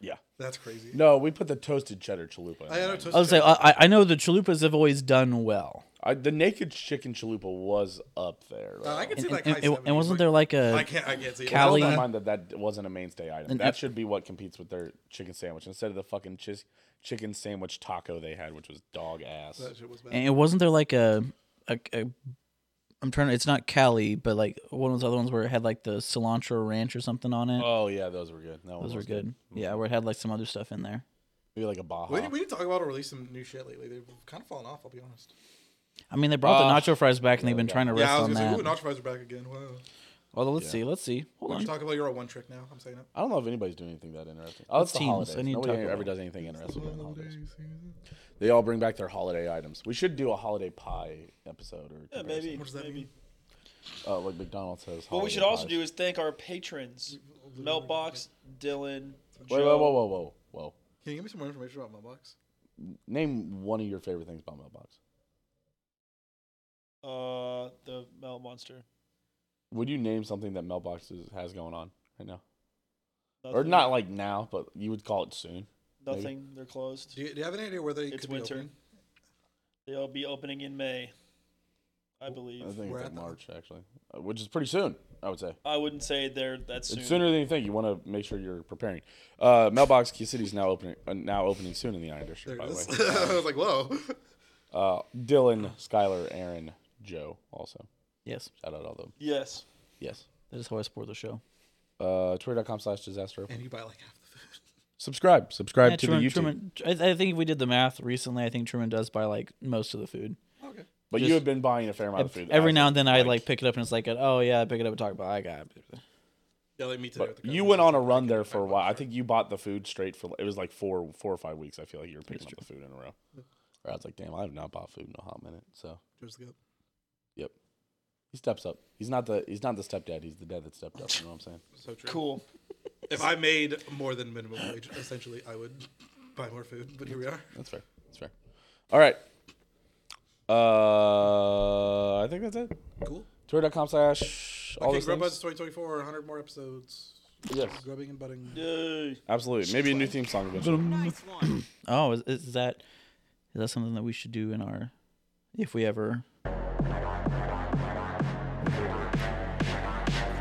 Speaker 1: Yeah.
Speaker 3: That's crazy.
Speaker 1: No, we put the toasted cheddar chalupa. in
Speaker 3: I
Speaker 1: there.
Speaker 3: had a
Speaker 4: I was
Speaker 3: toasted.
Speaker 4: say I, I know the chalupas have always done well,
Speaker 1: I, the naked chicken chalupa was up there.
Speaker 3: Uh, I
Speaker 1: though.
Speaker 3: can see
Speaker 4: and,
Speaker 3: like
Speaker 4: and-
Speaker 3: high
Speaker 4: and-
Speaker 3: 70s,
Speaker 4: and wasn't there like
Speaker 3: I
Speaker 4: a
Speaker 3: can't. I can't see. it.
Speaker 4: Cali-
Speaker 1: I
Speaker 3: Well,
Speaker 1: don't
Speaker 3: that-
Speaker 1: mind that that wasn't a mainstay item.
Speaker 4: And
Speaker 1: that
Speaker 4: if-
Speaker 1: should be what competes with their chicken sandwich instead of the fucking chis- chicken sandwich taco they had, which was dog ass.
Speaker 3: that shit was bad.
Speaker 4: and it wasn't there like a a. a I'm trying to. It's not Cali, but like one of those other ones where it had like the cilantro ranch or something on it.
Speaker 1: Oh Mm-hmm. yeah, those were good. No,
Speaker 4: Those were good. Yeah, where it had like some other stuff in there.
Speaker 1: Maybe like a Baja.
Speaker 3: We, we need to talk about or release some new shit lately. They've kind of fallen off. I'll be honest.
Speaker 4: I mean, they brought
Speaker 1: Ah.
Speaker 4: the nacho fries back, and they've been trying to rest
Speaker 3: yeah, I was
Speaker 4: on
Speaker 3: gonna
Speaker 4: that.
Speaker 3: say, ooh, nacho fries are back again. Wow.
Speaker 4: Although, let's see, let's see. Hold
Speaker 3: What you
Speaker 4: on.
Speaker 3: talk about? You're a one trick now. I'm saying it.
Speaker 1: I don't know if anybody's doing anything that interesting. Oh,
Speaker 4: It's
Speaker 1: it's the
Speaker 4: teams.
Speaker 1: holidays.
Speaker 4: I need to
Speaker 1: Nobody
Speaker 4: talk about
Speaker 1: ever
Speaker 4: it.
Speaker 1: does anything interesting during the holidays.
Speaker 3: Holiday season.
Speaker 1: They all bring back their holiday items. We should do a holiday pie episode or
Speaker 2: Yeah,
Speaker 1: comparison.
Speaker 2: maybe.
Speaker 3: What does that
Speaker 2: maybe.
Speaker 3: mean?
Speaker 1: Uh, like McDonald's has.
Speaker 2: What we
Speaker 1: holiday
Speaker 2: should also
Speaker 1: pies.
Speaker 2: do is thank our patrons Meltbox, Dylan,
Speaker 1: Wait, whoa, whoa, whoa, whoa, whoa!
Speaker 3: Can you give me some more information about Mumbox?
Speaker 1: Name one of your favorite things about Mailbox.
Speaker 2: Joe, uh, the Melt Monster.
Speaker 1: Would you name something that Mailbox is, has going on right now?
Speaker 2: Nothing,
Speaker 1: Or not like now, but you would call it soon. maybe.
Speaker 2: Nothing. They're closed.
Speaker 3: Do you, do you have any idea where they
Speaker 2: It's
Speaker 3: could
Speaker 2: winter.
Speaker 3: be open?
Speaker 2: They'll be opening in May, I believe.
Speaker 1: I think
Speaker 3: We're
Speaker 1: it's
Speaker 3: at
Speaker 1: like
Speaker 3: the-
Speaker 1: March actually, uh, which is pretty soon. I would say
Speaker 2: I wouldn't say they're that soon.
Speaker 1: it's sooner than you think. You want to make sure you're preparing. Uh, Mailbox Key City is now opening uh, now opening soon in the Iron
Speaker 3: There
Speaker 1: District. By
Speaker 3: it
Speaker 1: the
Speaker 3: is.
Speaker 1: way,
Speaker 3: I was like, whoa.
Speaker 1: uh, Dylan, Skylar, Aaron, Joe, also
Speaker 4: Yes,
Speaker 1: shout out all them.
Speaker 2: Yes.
Speaker 1: Yes.
Speaker 4: that is how I support the show.
Speaker 1: Uh, Twitter.com slash disaster.
Speaker 3: And you buy like half the food.
Speaker 1: Subscribe. Subscribe
Speaker 4: Yeah,
Speaker 1: to
Speaker 4: Truman,
Speaker 1: the YouTube.
Speaker 4: Truman, I, I think if we did the math recently, I think Truman does buy like most of the food.
Speaker 3: Okay.
Speaker 1: But
Speaker 4: just-
Speaker 1: you have been buying a fair amount of food
Speaker 4: Every
Speaker 1: as
Speaker 4: now
Speaker 1: of,
Speaker 4: and then, I like pick it up and it's like, oh yeah, I pick it up and talk about. I got. it.
Speaker 3: Yeah, like me today.
Speaker 1: But
Speaker 3: with the
Speaker 1: you
Speaker 3: cousins.
Speaker 1: went on a run there for a while. I think you bought the food straight for it was like four four or five weeks. I feel like you were picking up the food in a row. Or I was like, damn, I have not bought food in a hot minute. So
Speaker 3: Just go.
Speaker 1: he steps up. He's not the he's not the stepdad. He's the dad that stepped up. You know what I'm saying?
Speaker 3: So true.
Speaker 2: Cool.
Speaker 3: If I made more than minimum wage, essentially, I would buy more food. But here we are.
Speaker 1: That's fair. That's fair. All right. Uh, I think that's it.
Speaker 3: Cool.
Speaker 1: Twitter.com slash all
Speaker 3: Okay,
Speaker 1: those
Speaker 3: Grub Buds
Speaker 1: things.
Speaker 3: 2024, 100 more episodes.
Speaker 1: Yes,
Speaker 3: Grubbing and butting.
Speaker 2: Yay.
Speaker 1: absolutely. Maybe a new theme song eventually.
Speaker 4: Oh, is, is that is that something that we should do in our if we ever if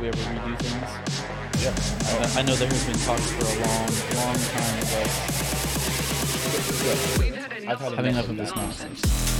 Speaker 4: we ever redo things?
Speaker 1: Yeah.
Speaker 4: I, I know there has been talks for a long, long time about
Speaker 6: We've had a
Speaker 1: I've had
Speaker 6: of
Speaker 1: enough
Speaker 4: of
Speaker 6: this
Speaker 4: this
Speaker 6: nonsense.